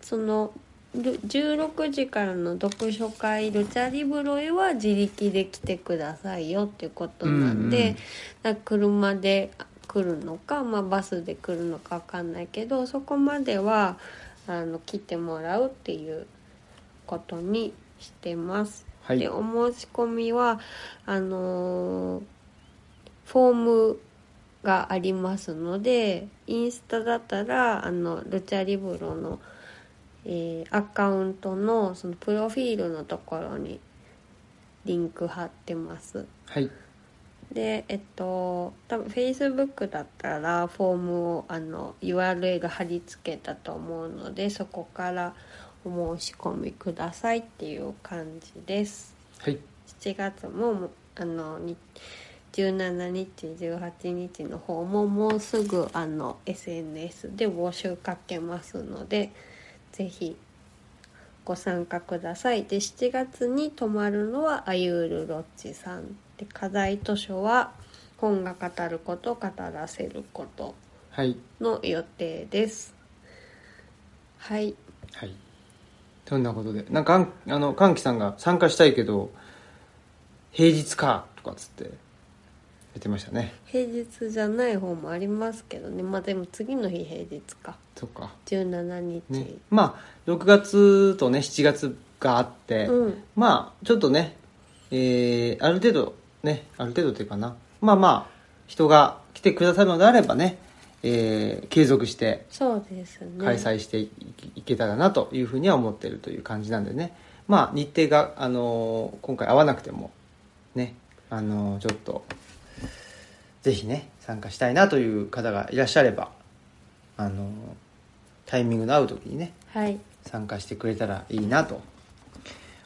そのル16時からの読書会「ルチャリブロへ」は自力で来てくださいよっていうことなんで、
うんうん
だから車で来るのか、まあ、バスで来るのかわかんないけどそこまではあの来てもらうっていうことにしてます。
はい
でお申し込みはあのーフォームがありますのでインスタだったらあのルチャリブロの、えーアカウントのそのプロフィールのところにリンク貼ってます
はい
でえっと多分 Facebook だったらフォームをあの URL 貼り付けたと思うのでそこからお申し込みくださいっていう感じです
はい
7月ももあのに17日18日の方ももうすぐあの SNS で募集かけますのでぜひご参加くださいで7月に泊まるのはあゆうるロッチさんで課題図書は「本が語ること語らせること
はい」
の予定ですはい
はいそんなことでなんかあんあの歓喜さんが参加したいけど平日かとかっつって言ってましたね
平日じゃない方もありますけどねまあでも次の日平日か
そっか
17日、
ねまあ6月とね7月があって、
うん
まあちょっとね、えーある程度ねある程度というかなまあまあ人が来てくださるのであればね、えー継続して
そうですね
開催していきいけたらなというふうには思っているという感じなんでねまあ日程が、あのー今回合わなくてもね、あのーちょっとぜひね参加したいなという方がいらっしゃれば、あのータイミングの合う時にね
はい
参加してくれたらいいなと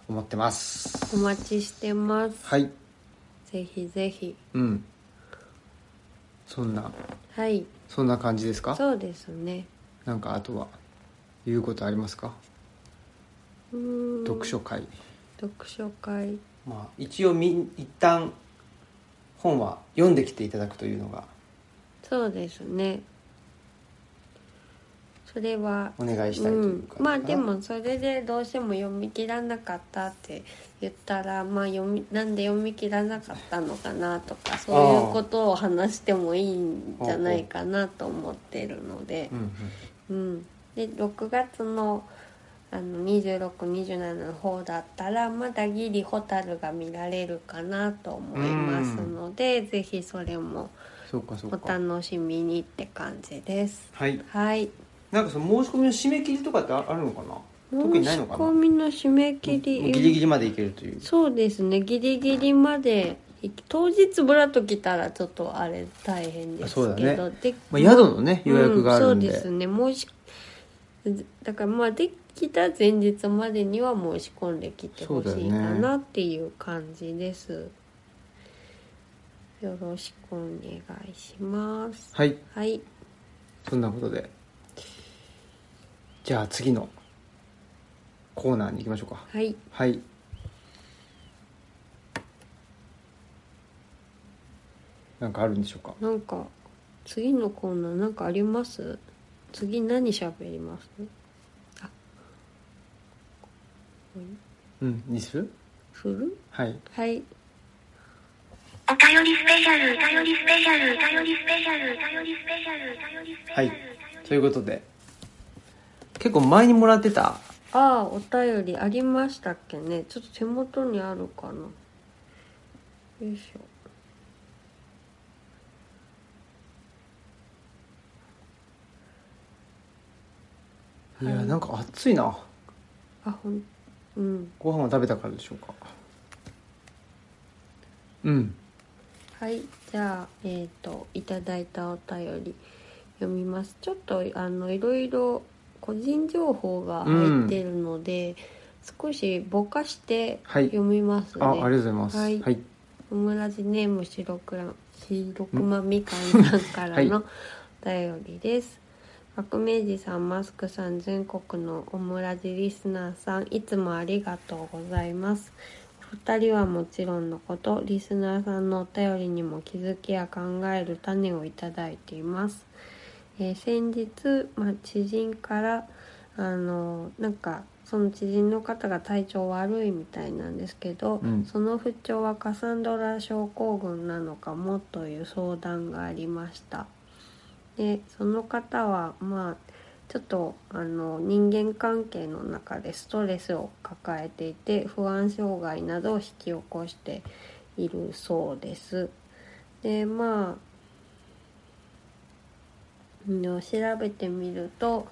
思ってます
お待ちしてます
はい
ぜひぜひ
うんそんな
はい
そんな感じですか
そうですね
なんかあとは言うことありますか
うーん
読書会
読書会
まあ、一応み一旦本は読んできていただくというのが
そうですねそれは
お願いしたいというか、
うん、まあでもそれでどうしても読み切らなかったって言ったらまあ読みなんで読み切らなかったのかなとかそういうことを話してもいいんじゃないかなと思ってるので
うん、うん、
うん、で6月のあの2627の方だったらまだギリホタルが見られるかなと思いますので、ぜひそれも
そうかそう
お
か
楽しみにって感じです
はい
はい
なんかその申し込みの締め切りとかってああるのかな特に
申し
ないのかな
込みの締め切
も
り
うギリギリまでいけるという
そうですねギリギリまで当日ブラッと来たらちょっとあれ大変です
そうだ
け
ね
ど、で
まあ、宿のね予約があるんで,、
うんそうですね申しだからまあできた前日までには申し込んできてほしいか
そうだよ
なっていう感じです、よろしくお願いします
はい
はい
そんなことでじゃあ次のコーナーに行きましょうか
はい
はいなんかあるんでしょうか
なんか次のコーナーなんかあります次何喋りますあ
うんにする
する
はい
はい
お便りスペシャル、お便りスペシャル、お便りスペシャル、お便りスペシャル、お便りスペシャル。
はいということで結構前にもらってた
ああお便りありましたっけねちょっと手元にあるかなよいしょ
いやなんか暑いな
あほんうん
ご飯を食べたからでしょうかうん
はいじゃあえっ、といただいたお便り読みますちょっとあのいろいろ個人情報が入ってるので、少しぼかして
はい
読みますね、
あありがとうございます
はい
はい、
オムラジネーム白倉白熊みかんさんからのお便りです、革命児さんマスクさん全国のオムラジリスナーさんいつもありがとうございますお二人はもちろんのことリスナーさんのお便りにも気づきや考える種をいただいていますえー先日、まあ、知人からあのなんかその知人の方が体調悪いみたいなんですけど、
うん
その不調はカサンドラ症候群なのかもという相談がありましたでその方はまあちょっとあの人間関係の中でストレスを抱えていて不安障害などを引き起こしているそうですでまあの調べてみると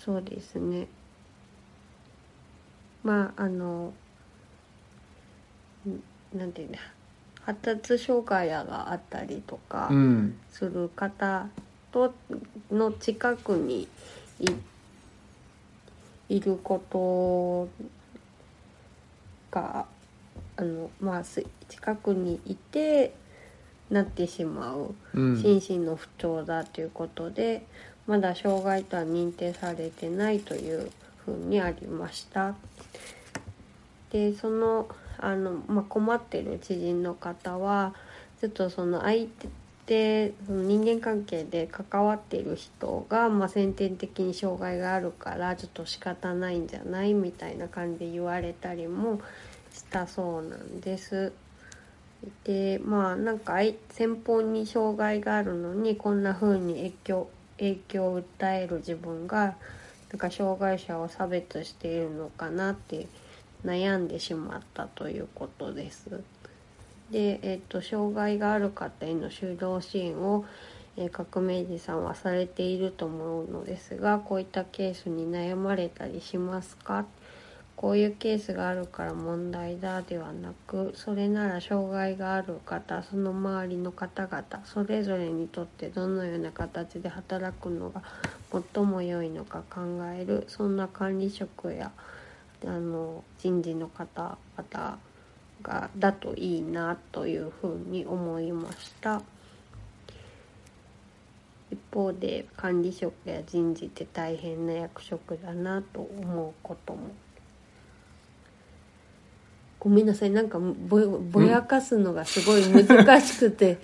そうですねまああのんなんていうんだ発達障害があったりとか
うん
する方との近くにいいることがあの、まあ、す近くにいてなってしまう
うん
心身の不調だということで、まだ障害とは認定されてないというふうにありました。でそのあの、まあ、困ってる知人の方はちょっとその相手その人間関係で関わっている人が、まあ、先天的に障害があるからちょっと仕方ないんじゃないみたいな感じで言われたりもしたそうなんです。でまあなんかあい先方に障害があるのにこんな風に影響影響を訴える自分がなんか障害者を差別しているのかなって悩んでしまったということです。で、えっと障害がある方への就労支援を、えー革命児さんはされていると思うのですがこういったケースに悩まれたりしますかこういうケースがあるから問題だではなくそれなら障害がある方その周りの方々それぞれにとってどのような形で働くのが最も良いのか考えるそんな管理職やあの人事の方々がだといいなというふうに思いました。一方で管理職や人事って大変な役職だなと思うこともごめんなさいなんかぼぼやかすのがすごい難しく て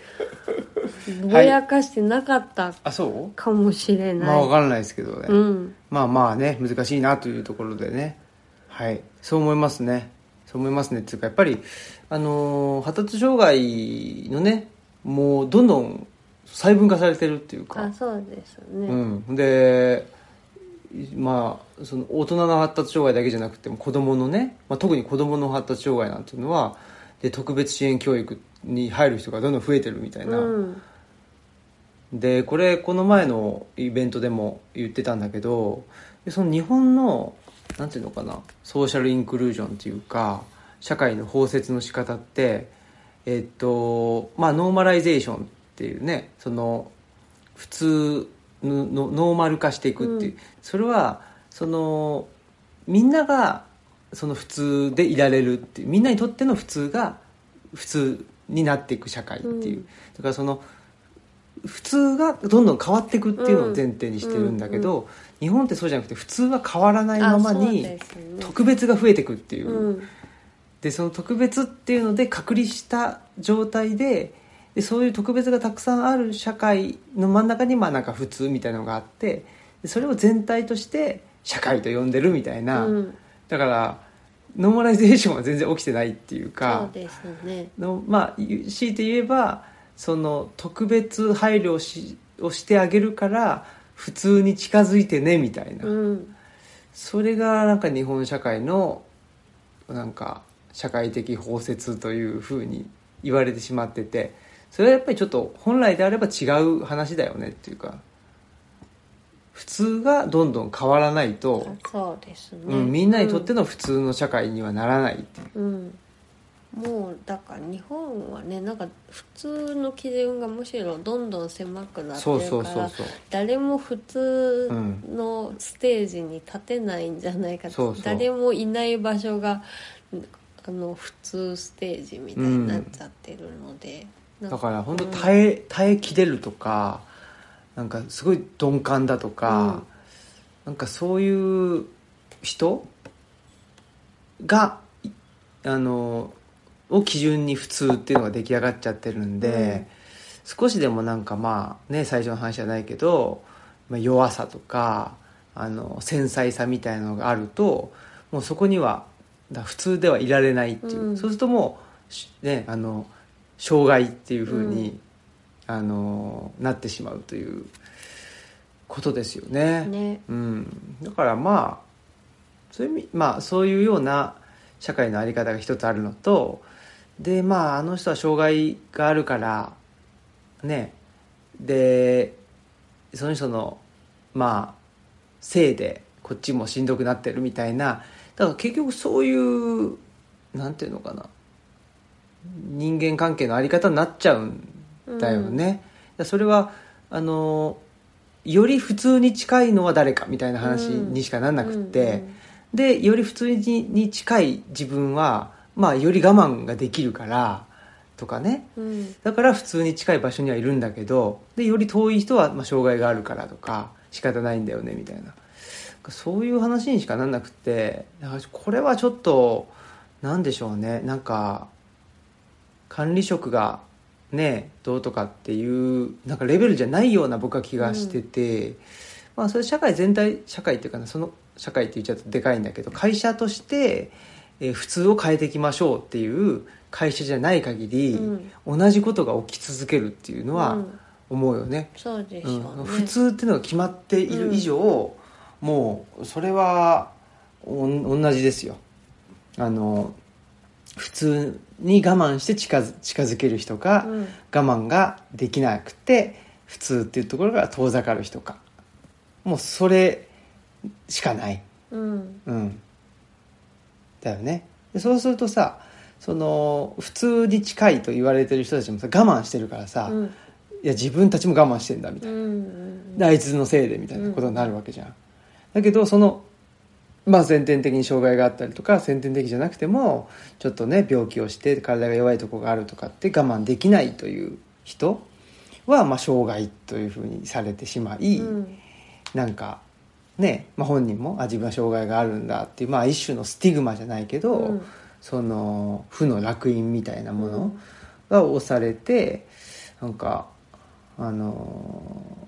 ぼやかしてなかった
あそう
かもしれ
ま
な
あ
い、
わからないですけどね、
うん
まあまあね難しいなというところでねはいそう思いますねそう思いますねっていうかやっぱりあのー発達障害のねもうどんどん細分化されてるっていうか
あそうですね、
うん、でまあその大人の発達障害だけじゃなくても子どものね、まあ、特に子どもの発達障害なんていうのはで特別支援教育に入る人がどんどん増えてるみたいな、
うん
でこれこの前のイベントでも言ってたんだけどでその日本のなんていうのかなソーシャルインクルージョンっていうか社会の包摂の仕方ってえっとまあノーマライゼーションっていうねその普通ののノーマル化していくっていう、
うん
それはそのみんながその普通でいられるっていうみんなにとっての普通が普通になっていく社会っていう、
うん
だからその普通がどんどん変わっていくっていうのを前提にしてるんだけど、日本ってそうじゃなくて普通は変わらないま
あ
ま
そう
に
ですね
特別が増えていくっていう、
うん
でその特別っていうので隔離した状態ででそういう特別がたくさんある社会の真ん中にまあなんか普通みたいなのがあってでそれを全体として社会と呼んでるみたいな、
うん
だからノーマライゼーションは全然起きてないっていう
そう
か
ですね
のまあゆ強いて言えばその特別配慮をしをしてあげるから普通に近づいてねみたいな、
うん
それがなんか日本社会のなんか社会的包摂というふうに言われてしまっててそれはやっぱりちょっと本来であれば違う話だよねっていうか普通がどんどん変わらないと、
あそうですね、
うん、みんなにとっての普通の社会にはならないっていう
うん、もうだから日本はねなんか普通の基準がむしろどんどん狭くなって
そう
る
そう
か
そう
ら
そう
誰も普通のステージに立てないんじゃないか、
そうそう
誰もいない場所があの普通ステージみたいになっちゃってるので、な
だ
んか
から本当耐え、耐えきれるとかなんかすごい鈍感だとか、なんかそういう人がいあのを基準に普通っていうのが出来上がっちゃってるんで、少しでもなんかまあね最初の話じゃないけど、まあ、弱さとかあの繊細さみたいなのがあるともうそこにはだ普通ではいられないっていう、
うん
そうするともうしねあの障害っていうふうに、あのなってしまうということですよね。
ね
うん、だからまあそういう意味まあそういうような社会の在り方が一つあるのとでまああの人は障害があるからねでその人のまあせいでこっちもしんどくなってるみたいなだから結局そういうなんていうのかな人間関係のあり方になっちゃうんだよね、だからそれはあのより普通に近いのは誰かみたいな話にしかなんなくって、でより普通にに近い自分は、まあ、より我慢ができるからとかね
うんうん
だから普通に近い場所にはいるんだけどでより遠い人はまあ障害があるからとか仕方ないんだよねみたいなそういう話にしかなんなくってだからこれはちょっとなんでしょうねなんか管理職がねどうとかっていうなんかレベルじゃないような僕は気がしてて、まあそれ社会全体社会っていうかなその社会って言っちゃうとでかいんだけど会社として、えー普通を変えていきましょうっていう会社じゃない限り、
うん
同じことが起き続けるっていうの
う
は
ん
思うよね、
そうでし
う
ょうんね、
普通っていうのが決まっている以上、もうそれはおん同じですよあの普通に我慢して近づ近づける人か、
うん
我慢ができなくて普通っていうところが遠ざかる人かもうそれしかない
うん
うんだよねでそうするとさその普通に近いと言われてる人たちもさ我慢してるからさ、
う
い
ん
や自分たちも我慢してんだみ
う
たいな、
ん
であいつのせいでみたいなことになるわけじゃん、だけどそのまあ先天的に障害があったりとか先天的じゃなくてもちょっとね病気をして体が弱いとこがあるとかって我慢できないという人はまあ障害というふうにされてしまい、
うん
なんかね、まあ、本人もあ自分は障害があるんだっていう、まあ、一種のスティグマじゃないけど、
うん
その負の烙印みたいなも
う
の
ん
が押されてなんかあの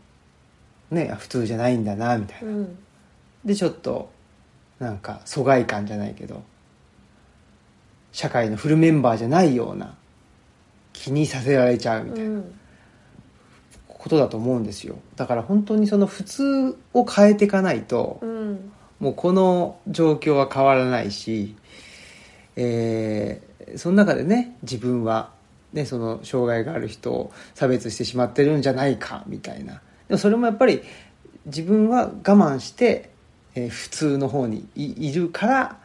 ーね普通じゃないんだなみたいな、
うん
でちょっとなんか疎外感じゃないけど社会のフルメンバーじゃないような気にさせられちゃうみたいな。
うん
ことだと思うんですよだから本当にその普通を変えていかないと
うん
もうこの状況は変わらないし、えーその中でね自分は、ね、その障害がある人を差別してしまってるんじゃないかみたいなでもそれもやっぱり自分は我慢して、えー普通の方にいいるから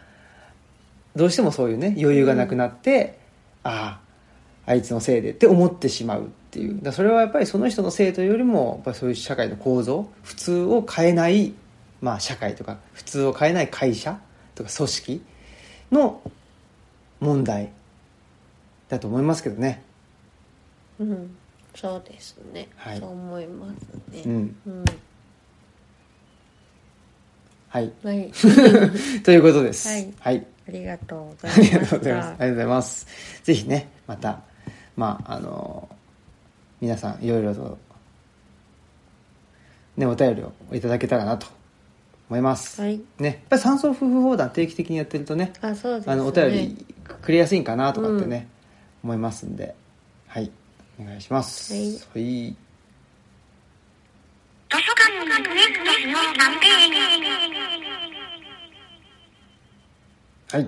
どうしてもそういうね余裕がなくなって、あああいつのせいでって思ってしまうっていうだからそれはやっぱりその人のせいというよりもやっぱりそういう社会の構造普通を変えない、まあ、社会とか普通を変えない会社とか組織の問題だと思いますけどね
うんそうですね、
はい
そう思いますね
うん
うん
はい
はい
ということです
はい
はい
ありがとうございま
あり
した。
がとうございます。ありがとうございます。ぜひね、また、まあ、あの、皆さん、いろいろと、ね、お便りをいただけたらなと思います。
はい
ね、やっぱり三層夫婦砲弾定期的にやってるとね、
あ、そうです、ね。
あの、お便りくれやすいんかなとかってね、思いますんで、はい、お願いします。。
はい
図書館リクエストのキャンペーン。
はい。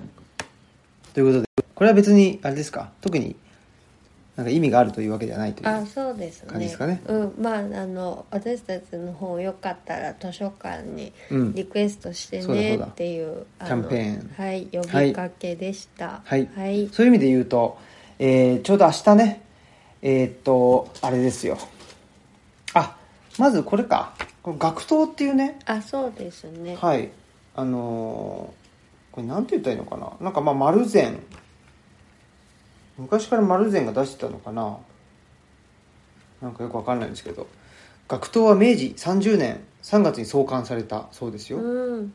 ということで、これは別に、あれですか、特に、なんか意味があるというわけではないという。
あ、そうですね。
感じですかね
うん、まあ、あの、私たちの方よかったら図書館に
うん
リクエストして
そうだそ
ね
うだ
っていう。あの
キャンペーン
はい、呼びかけでした。
はい、
はい。
そういう意味で言うと、えーちょうど明日ねえーっとあれですよあまずこれかこの学童っていうね
あ、そうですね。
はいあのーこれなんて言ったらいいのかななんかまあ丸善昔から丸善が出してたのかななんかよくわかんないんですけど学童は明治30年3月に創刊されたそうですよ、
うん。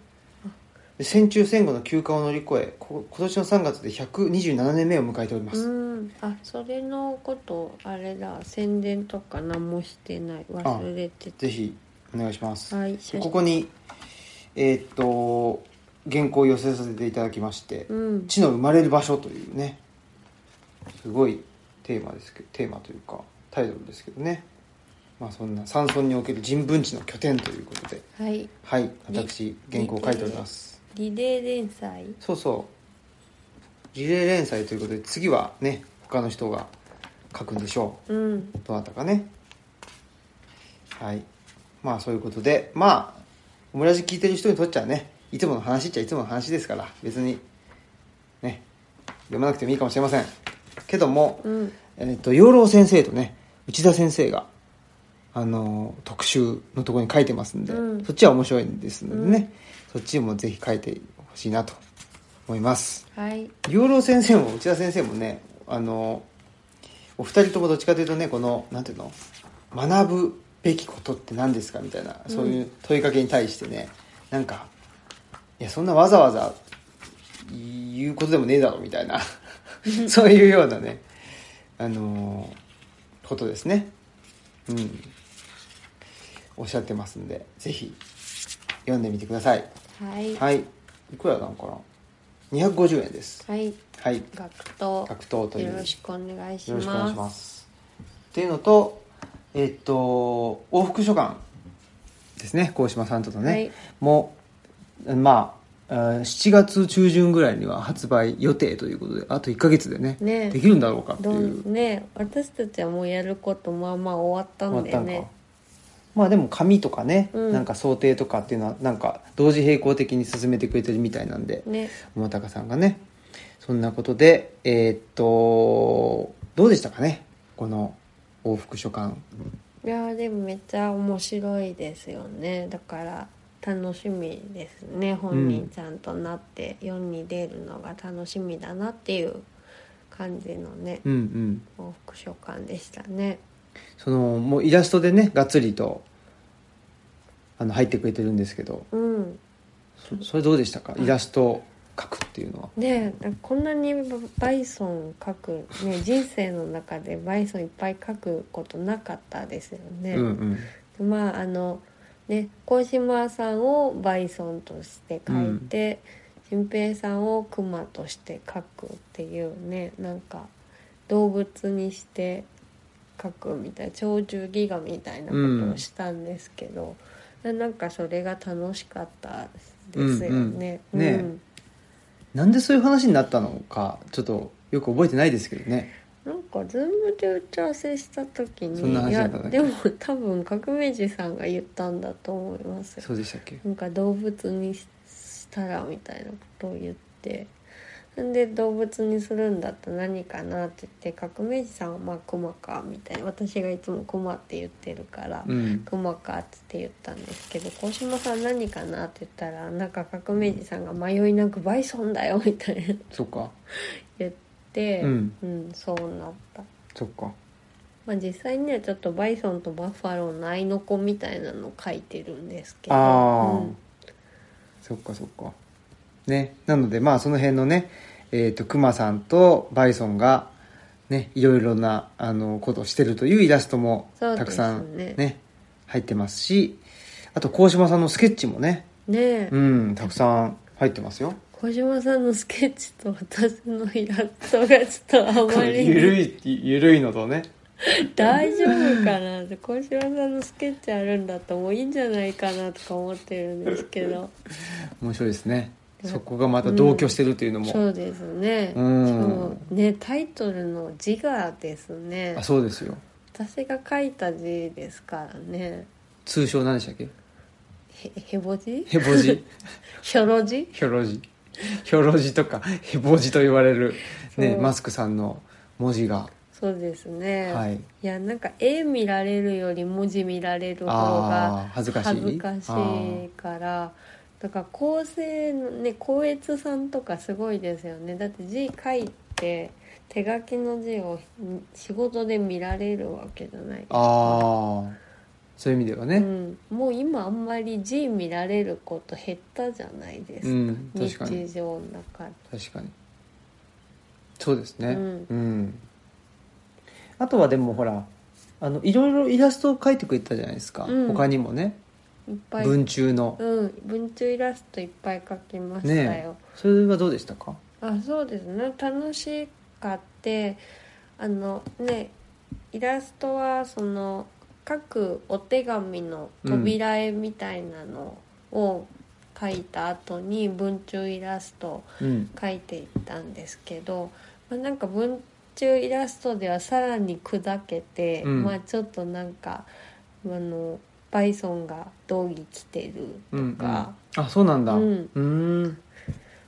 で戦中戦後の休暇を乗り越えこ今年の3月で127年目を迎えております、
うん、あそれのことあれだ宣伝とか何もしてない忘れて
ぜひお願いします、
たはい写真
ここにえーっと原稿を寄せさせていただきまして「
うん
地の生まれる場所」というねすごいテーマですけどテーマというかタイトルですけどねまあそんな山村における人文地の拠点ということで
はい
はい私原稿を書いております
リレー連載
そうそうリレー連載ということで次はね他の人が書くんでしょ
うん
うどなたかねはいまあそういうことでまあオムラジ聞いてる人にとっちゃねいつもの話っちゃいつもの話ですから別にね読まなくてもいいかもしれませんけども、
うん
えっと養老先生とね内田先生があのー特集のところに書いてますんで、
うん
そっちは面白いんですのでね、そっちもぜひ書いてほしいなと思います
はい
養老先生も内田先生もねあのお二人ともどっちかというとねこのなんていうの学ぶべきことって何ですかみたいなそういう問いかけに対してね、なんかいやそんなわざわざ言うことでもねえだろみたいなそういうようなねあのことですねうんおっしゃってますんでぜひ読んでみてください
はい
はいいくらなんかな250円です
はい
はい。
学徒
格闘という。
よろしくお願いし
よろ
ま
し
す
くお願いします。っていうのと、えっと、往復書館ですね、鴻島さんとのね、
はい
もう、まあ、あー7月中旬ぐらいには発売予定ということで、あと1ヶ月でね、
ね
できるんだろうかって
ど
いう
う。ね私たちはもうやることまあまあ終わったんだよ
終わったの
ね
かまあでも紙とかね、
うん
なんか想定とかっていうのはなんか同時並行的に進めてくれてるみたいなんで、
ね
桃高さんがねそんなことでえーっとどうでしたかねこの往復書簡
いやーでもめっちゃ面白いですよねだから楽しみですね本人ちゃんとなって世に出るのが楽しみだなっていう感じのね
うんうん
往復書館でしたね
そのもうイラストでねがっつりとあの入ってくれてるんですけど
うん
そそれどうでしたかイラストを描くっていうのは
ねえこんなにバイソン描く、ね、人生の中でバイソンいっぱい描くことなかったですよね、
うんうん
まああのね鴻島さんをバイソンとして描いて、新平さんをクマとして描くっていうねなんか動物にして描くみたいな鳥獣戯画みたいなことをしたんですけど、なんかそれが楽しかったですよね。
うんうんねなんでそういう話になったのかちょっとよく覚えてないですけどね
なんかズームで打ち合わせした時に
そんな話
い
だ
や
ったっけ
でも多分革命児さんが言ったんだと思いますよ
そうでしたっけ
なんか動物にしたらみたいなことを言ってんで動物にするんだったら何かなって言って革命児さんはまあクマかみたいな私がいつもクマって言ってるから、
うん
クマかって言ったんですけど鴻島さん何かなって言ったらなんか革命児さんが迷いなく「バイソンだよ」みたいな
そっか
言って、
うん
うんそうなった。
そっか
まあ、実際にはちょっとバイソンとバッファローの合いの子みたいなの書いてるんですけど、
ああ、
うん
そっかそっかねなのでまあその辺のねえっ、とクマさんとバイソンがねいろいろなあのことをしてるというイラストも
そうです
た
ね
くさんね入ってますしあと鴻島さんのスケッチもね
ねえ、
うんたくさん入って ますよ
小島さんのスケッチと私のイラストがちょっとあまり
ゆるいゆるいのとね
大丈夫かなって小島さんのスケッチあるんだともういいんじゃないかなとか思ってるんですけど
面白いですねそこがまた同居してるというのも、
そうですね、
うん
しかもねタイトルの字がですね
あそうですよ
私が書いた字ですからね
通称何でしたっけ
へへぼ字
ヘボ ジ
ひょろ字
ヒョロジヒョロジとかヘボジと言われる、ね、
そう
マスクさんの文字が
そうですね、
はい
いやなんか絵見られるより文字見られる方
あー
が
恥
恥
ず
ず
か
か
し
し
い
いからだから構成のね光悦さんとかすごいですよねだって字書いて手書きの字をん仕事で見られるわけじゃないですか
ああそういう意味では
う
ね
ん、もう今あんまり字見られること減ったじゃないで
う
す
ん、確か
か、
に
日常の中で
確かにそうですねう
うんん、
あとはでもほらあのいろいろイラストを描いてくれたじゃないですか、
うん
他にもね
いっぱい
文中の、
うん文中イラストいっぱい描きましたよ、
ねそれはどうでしたか
あそうですね楽しかってあのねイラストはその各お手紙の扉絵みたいなのを描いた後に文中イラストを
うん
描いていったんですけど、まあ、なんか文中イラストではさらに砕けて、
うん
まあちょっとなんかあのバイソンが道着着てる
うんうん
とか、
あそうなんだう
うんん
ん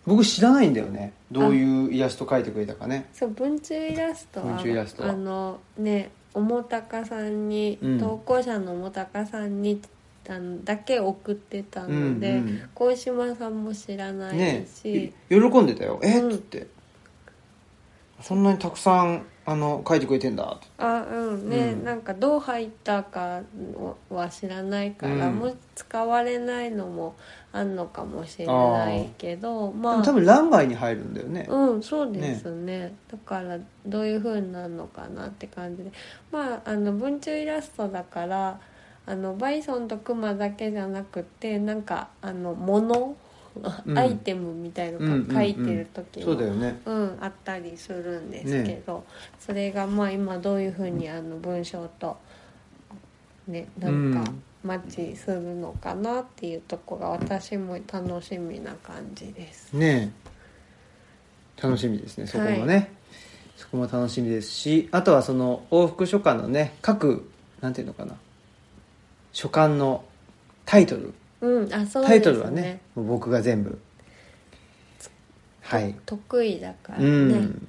僕知らないんだよねどういうイラスト描いてくれたかね
そう文中イラスト
文
は
中イラストは
あのね重高さんに、
うん
投稿者の重高さんにあのだけ送ってた
うん
の
う
で、
ん
小島さんも知らない
ね
し、
い喜んでたよえ
うん
っつってそんなにたくさんあの描いてくれてんだって
あうんね、
うん
なんかどう入ったかは知らないから、
うん
もう使われないのもあんのかもしれないけど
で
ま
も
あ
多分欄外に入るんだよね
うんそうですねだからどういう風になるのかなって感じでまああの文中イラストだからあのバイソンとクマだけじゃなくてなんかあの物、
うん
アイテムみたいの
うんうんうん
が書いてる時
そう
の
だよね
うん、あったりするんですけど、それがまあ今どういうふうにあの文章とねなん
う
か
ん
マッチするのかなっていうとこが私も楽しみな感じです。
ねえ楽しみですねそこもね、そこも楽しみですしあとはその往復書簡のね各なんていうのかな書簡のタイトル、
うん、あそうですね。
タイトルはねもう僕が全部はい、
得意だから
う
ね。
ん、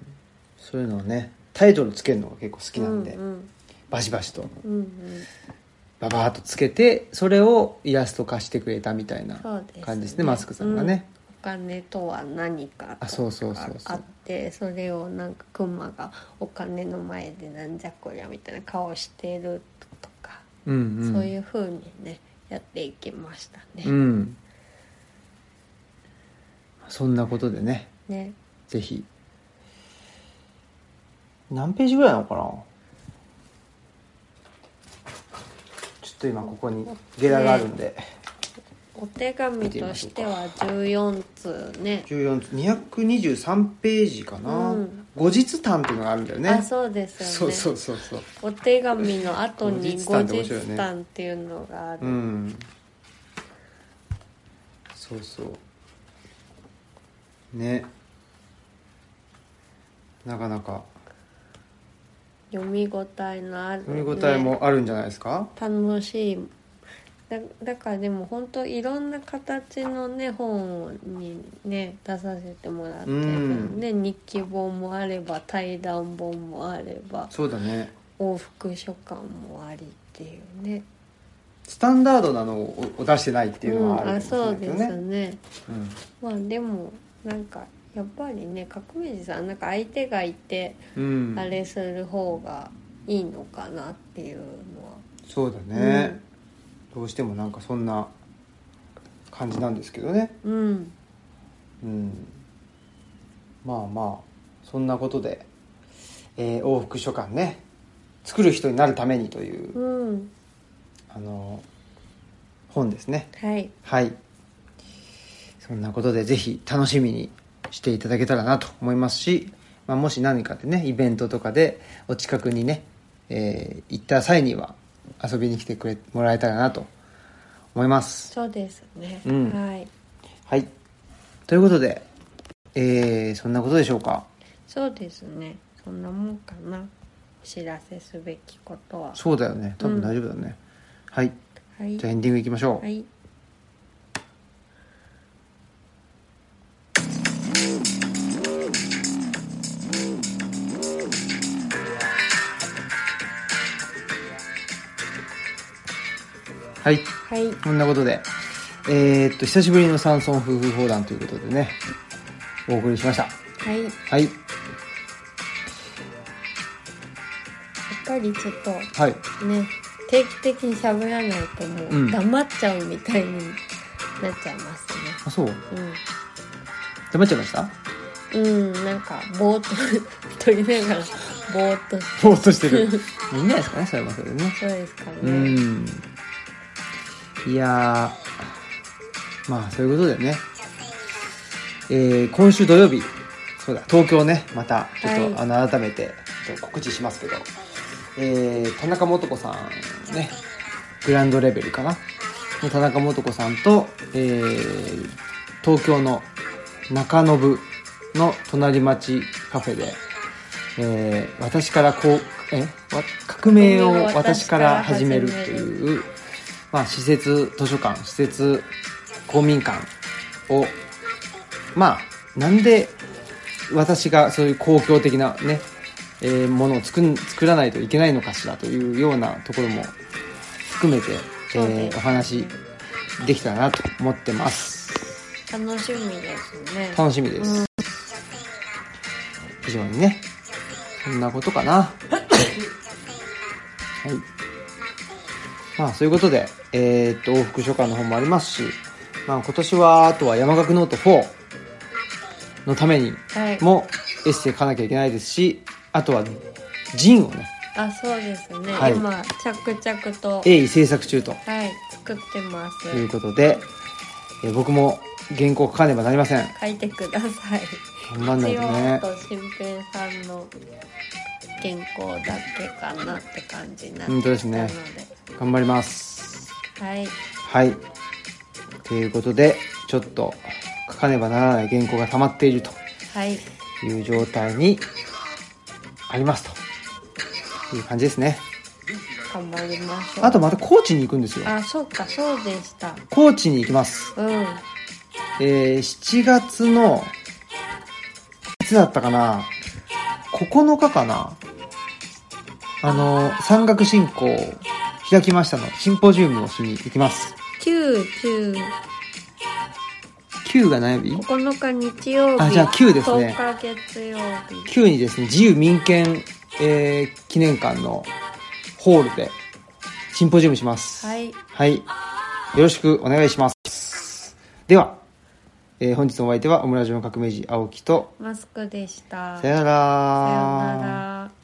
そういうのをねタイトルつけるのが結構好きなんで、
うんうん
バシバシと
うんうん
ババーっとつけてそれをイラスト化してくれたみたいな
そうですね
感じですねマスクさんがね、
お金とは何か
あ
と
そうそうそ
か
うそう
あってそれをなんかクマがお金の前でなんじゃこりゃみたいな顔してるとか、
うんうん、
そういう風にねやっていきましたね。
うんそんなことでね
ね
ぜひ何ページぐらいなのかなちょっと今ここにゲラがあるんで
お手紙としては14通ね。
14223ページかな、
うん
後日談っていうのがあるんだよね
あそうです
そ
よ
う
ね
そうそうそう
お手紙の後に
後
後
日談って面白いよね
日談っていうのがあ
う
る、
んそうそうねなかなか
読み応えのある、ね、
読み応えもあるんじゃないですか、
楽しいだだからでも本当いろんな形のね本にね出させてもらってる
うん
ね、日記本もあれば対談本もあれば
そうだね
往復書簡もありっていうね
スタンダードなのをお出してないっていうのはあ
うん、あ
るかも
そう
しれな
で
い
す
けどね
ね
うん
まあでもなんかやっぱりね革命児さんなんか相手がいて
うん
あれする方がいいのかなっていうのは
そうだね、どうしてもなんかそんな感じなんですけどね
うん
うんまあまあそんなことで、えー往復書簡ね作る人になるためにという、
うん
あの本ですね
はい
はいそんなことでぜひ楽しみにしていただけたらなと思いますし、まあ、もし何かでねイベントとかでお近くにね、えー行った際には遊びに来てくれもらえたらなと思います
そうですね、
うん
はい
はいということで、えーそんなことでしょうか
そうですねそんなもんかなお知らせすべきことは
そうだよね多分大丈夫だね、はい
はい
じゃあエンディングいきましょう、
はい
はい
はい
こんなことで、えーっと、久しぶりの山村夫婦砲弾ということでね、お送りしました。
はいやっ
はい。
ぱりちょっと
はい。
ね定期的に喋らないと
う
も
ん
う黙っちゃうみたいになっちゃいます
あ、そう
ね
黙っちゃいま した
うん、うん、なんかぼーっと撮りながらぼーっとし
ぼーっとして る。いいんじゃないですかね、それもそれでね。
そうですかね、
うん。いやー、まあ、そういうことでね、えー、今週土曜日、そうだ、東京ね、また、ちょっと、
はい
あの、改めて、ちょっと告知しますけど、えー、田中素子さんね、グランドレベルかなの田中素子さんと、えー、東京の中延の隣町カフェで、えー私からこうえわ革命を私から始めるというまあ、施設図書館施設公民館をまあなんで私がそういう公共的なね、えーものを作ん作らないといけないのかしらというようなところも含めて、え
そうね
ーお話できたらなと思ってます
楽しみですね。
楽しみです、
う
非常にねそんなことかな はいまあそういうことでえーっと往復書館の方もありますし、まあ、今年はあとは山岳ノート4のために
はい。
もエッセイ書かなきゃいけないですしあとはジンをね
あ、そうですね。
はい
今着々と
鋭意制作中と
はい作ってます。
いうことで、えー僕も原稿書かねばなりません
書いてください。
頑張んない
一
と
応あ
ね
と新平さんの原稿だけかなって感じになって
本当
きた
で
の
す
で、
ね頑張ります
はい
はい。ということで、ちょっと書かねばならない原稿が溜まっていると
はい
いう状態にありますという感じですね。
頑張りましょう。
あとまた高知に行くんですよ。
あそうかそうでした。
高知に行きます。
うん
えー、7月の、いつだったかな ?9 日かなあの、山岳信仰を開きましたの、シンポジウムをしに行きます。
九九
9が何曜日
九日日曜日。
あじゃあ9ですね
10日月曜日。
旧にですね、自由民権、えー記念館のホールでシンポジウムします。。
はいい
よろしくお願いします。では、えー本日のお相手はオムラジオの革命児青木と、
マスクでした。
さよなら。
さようなら。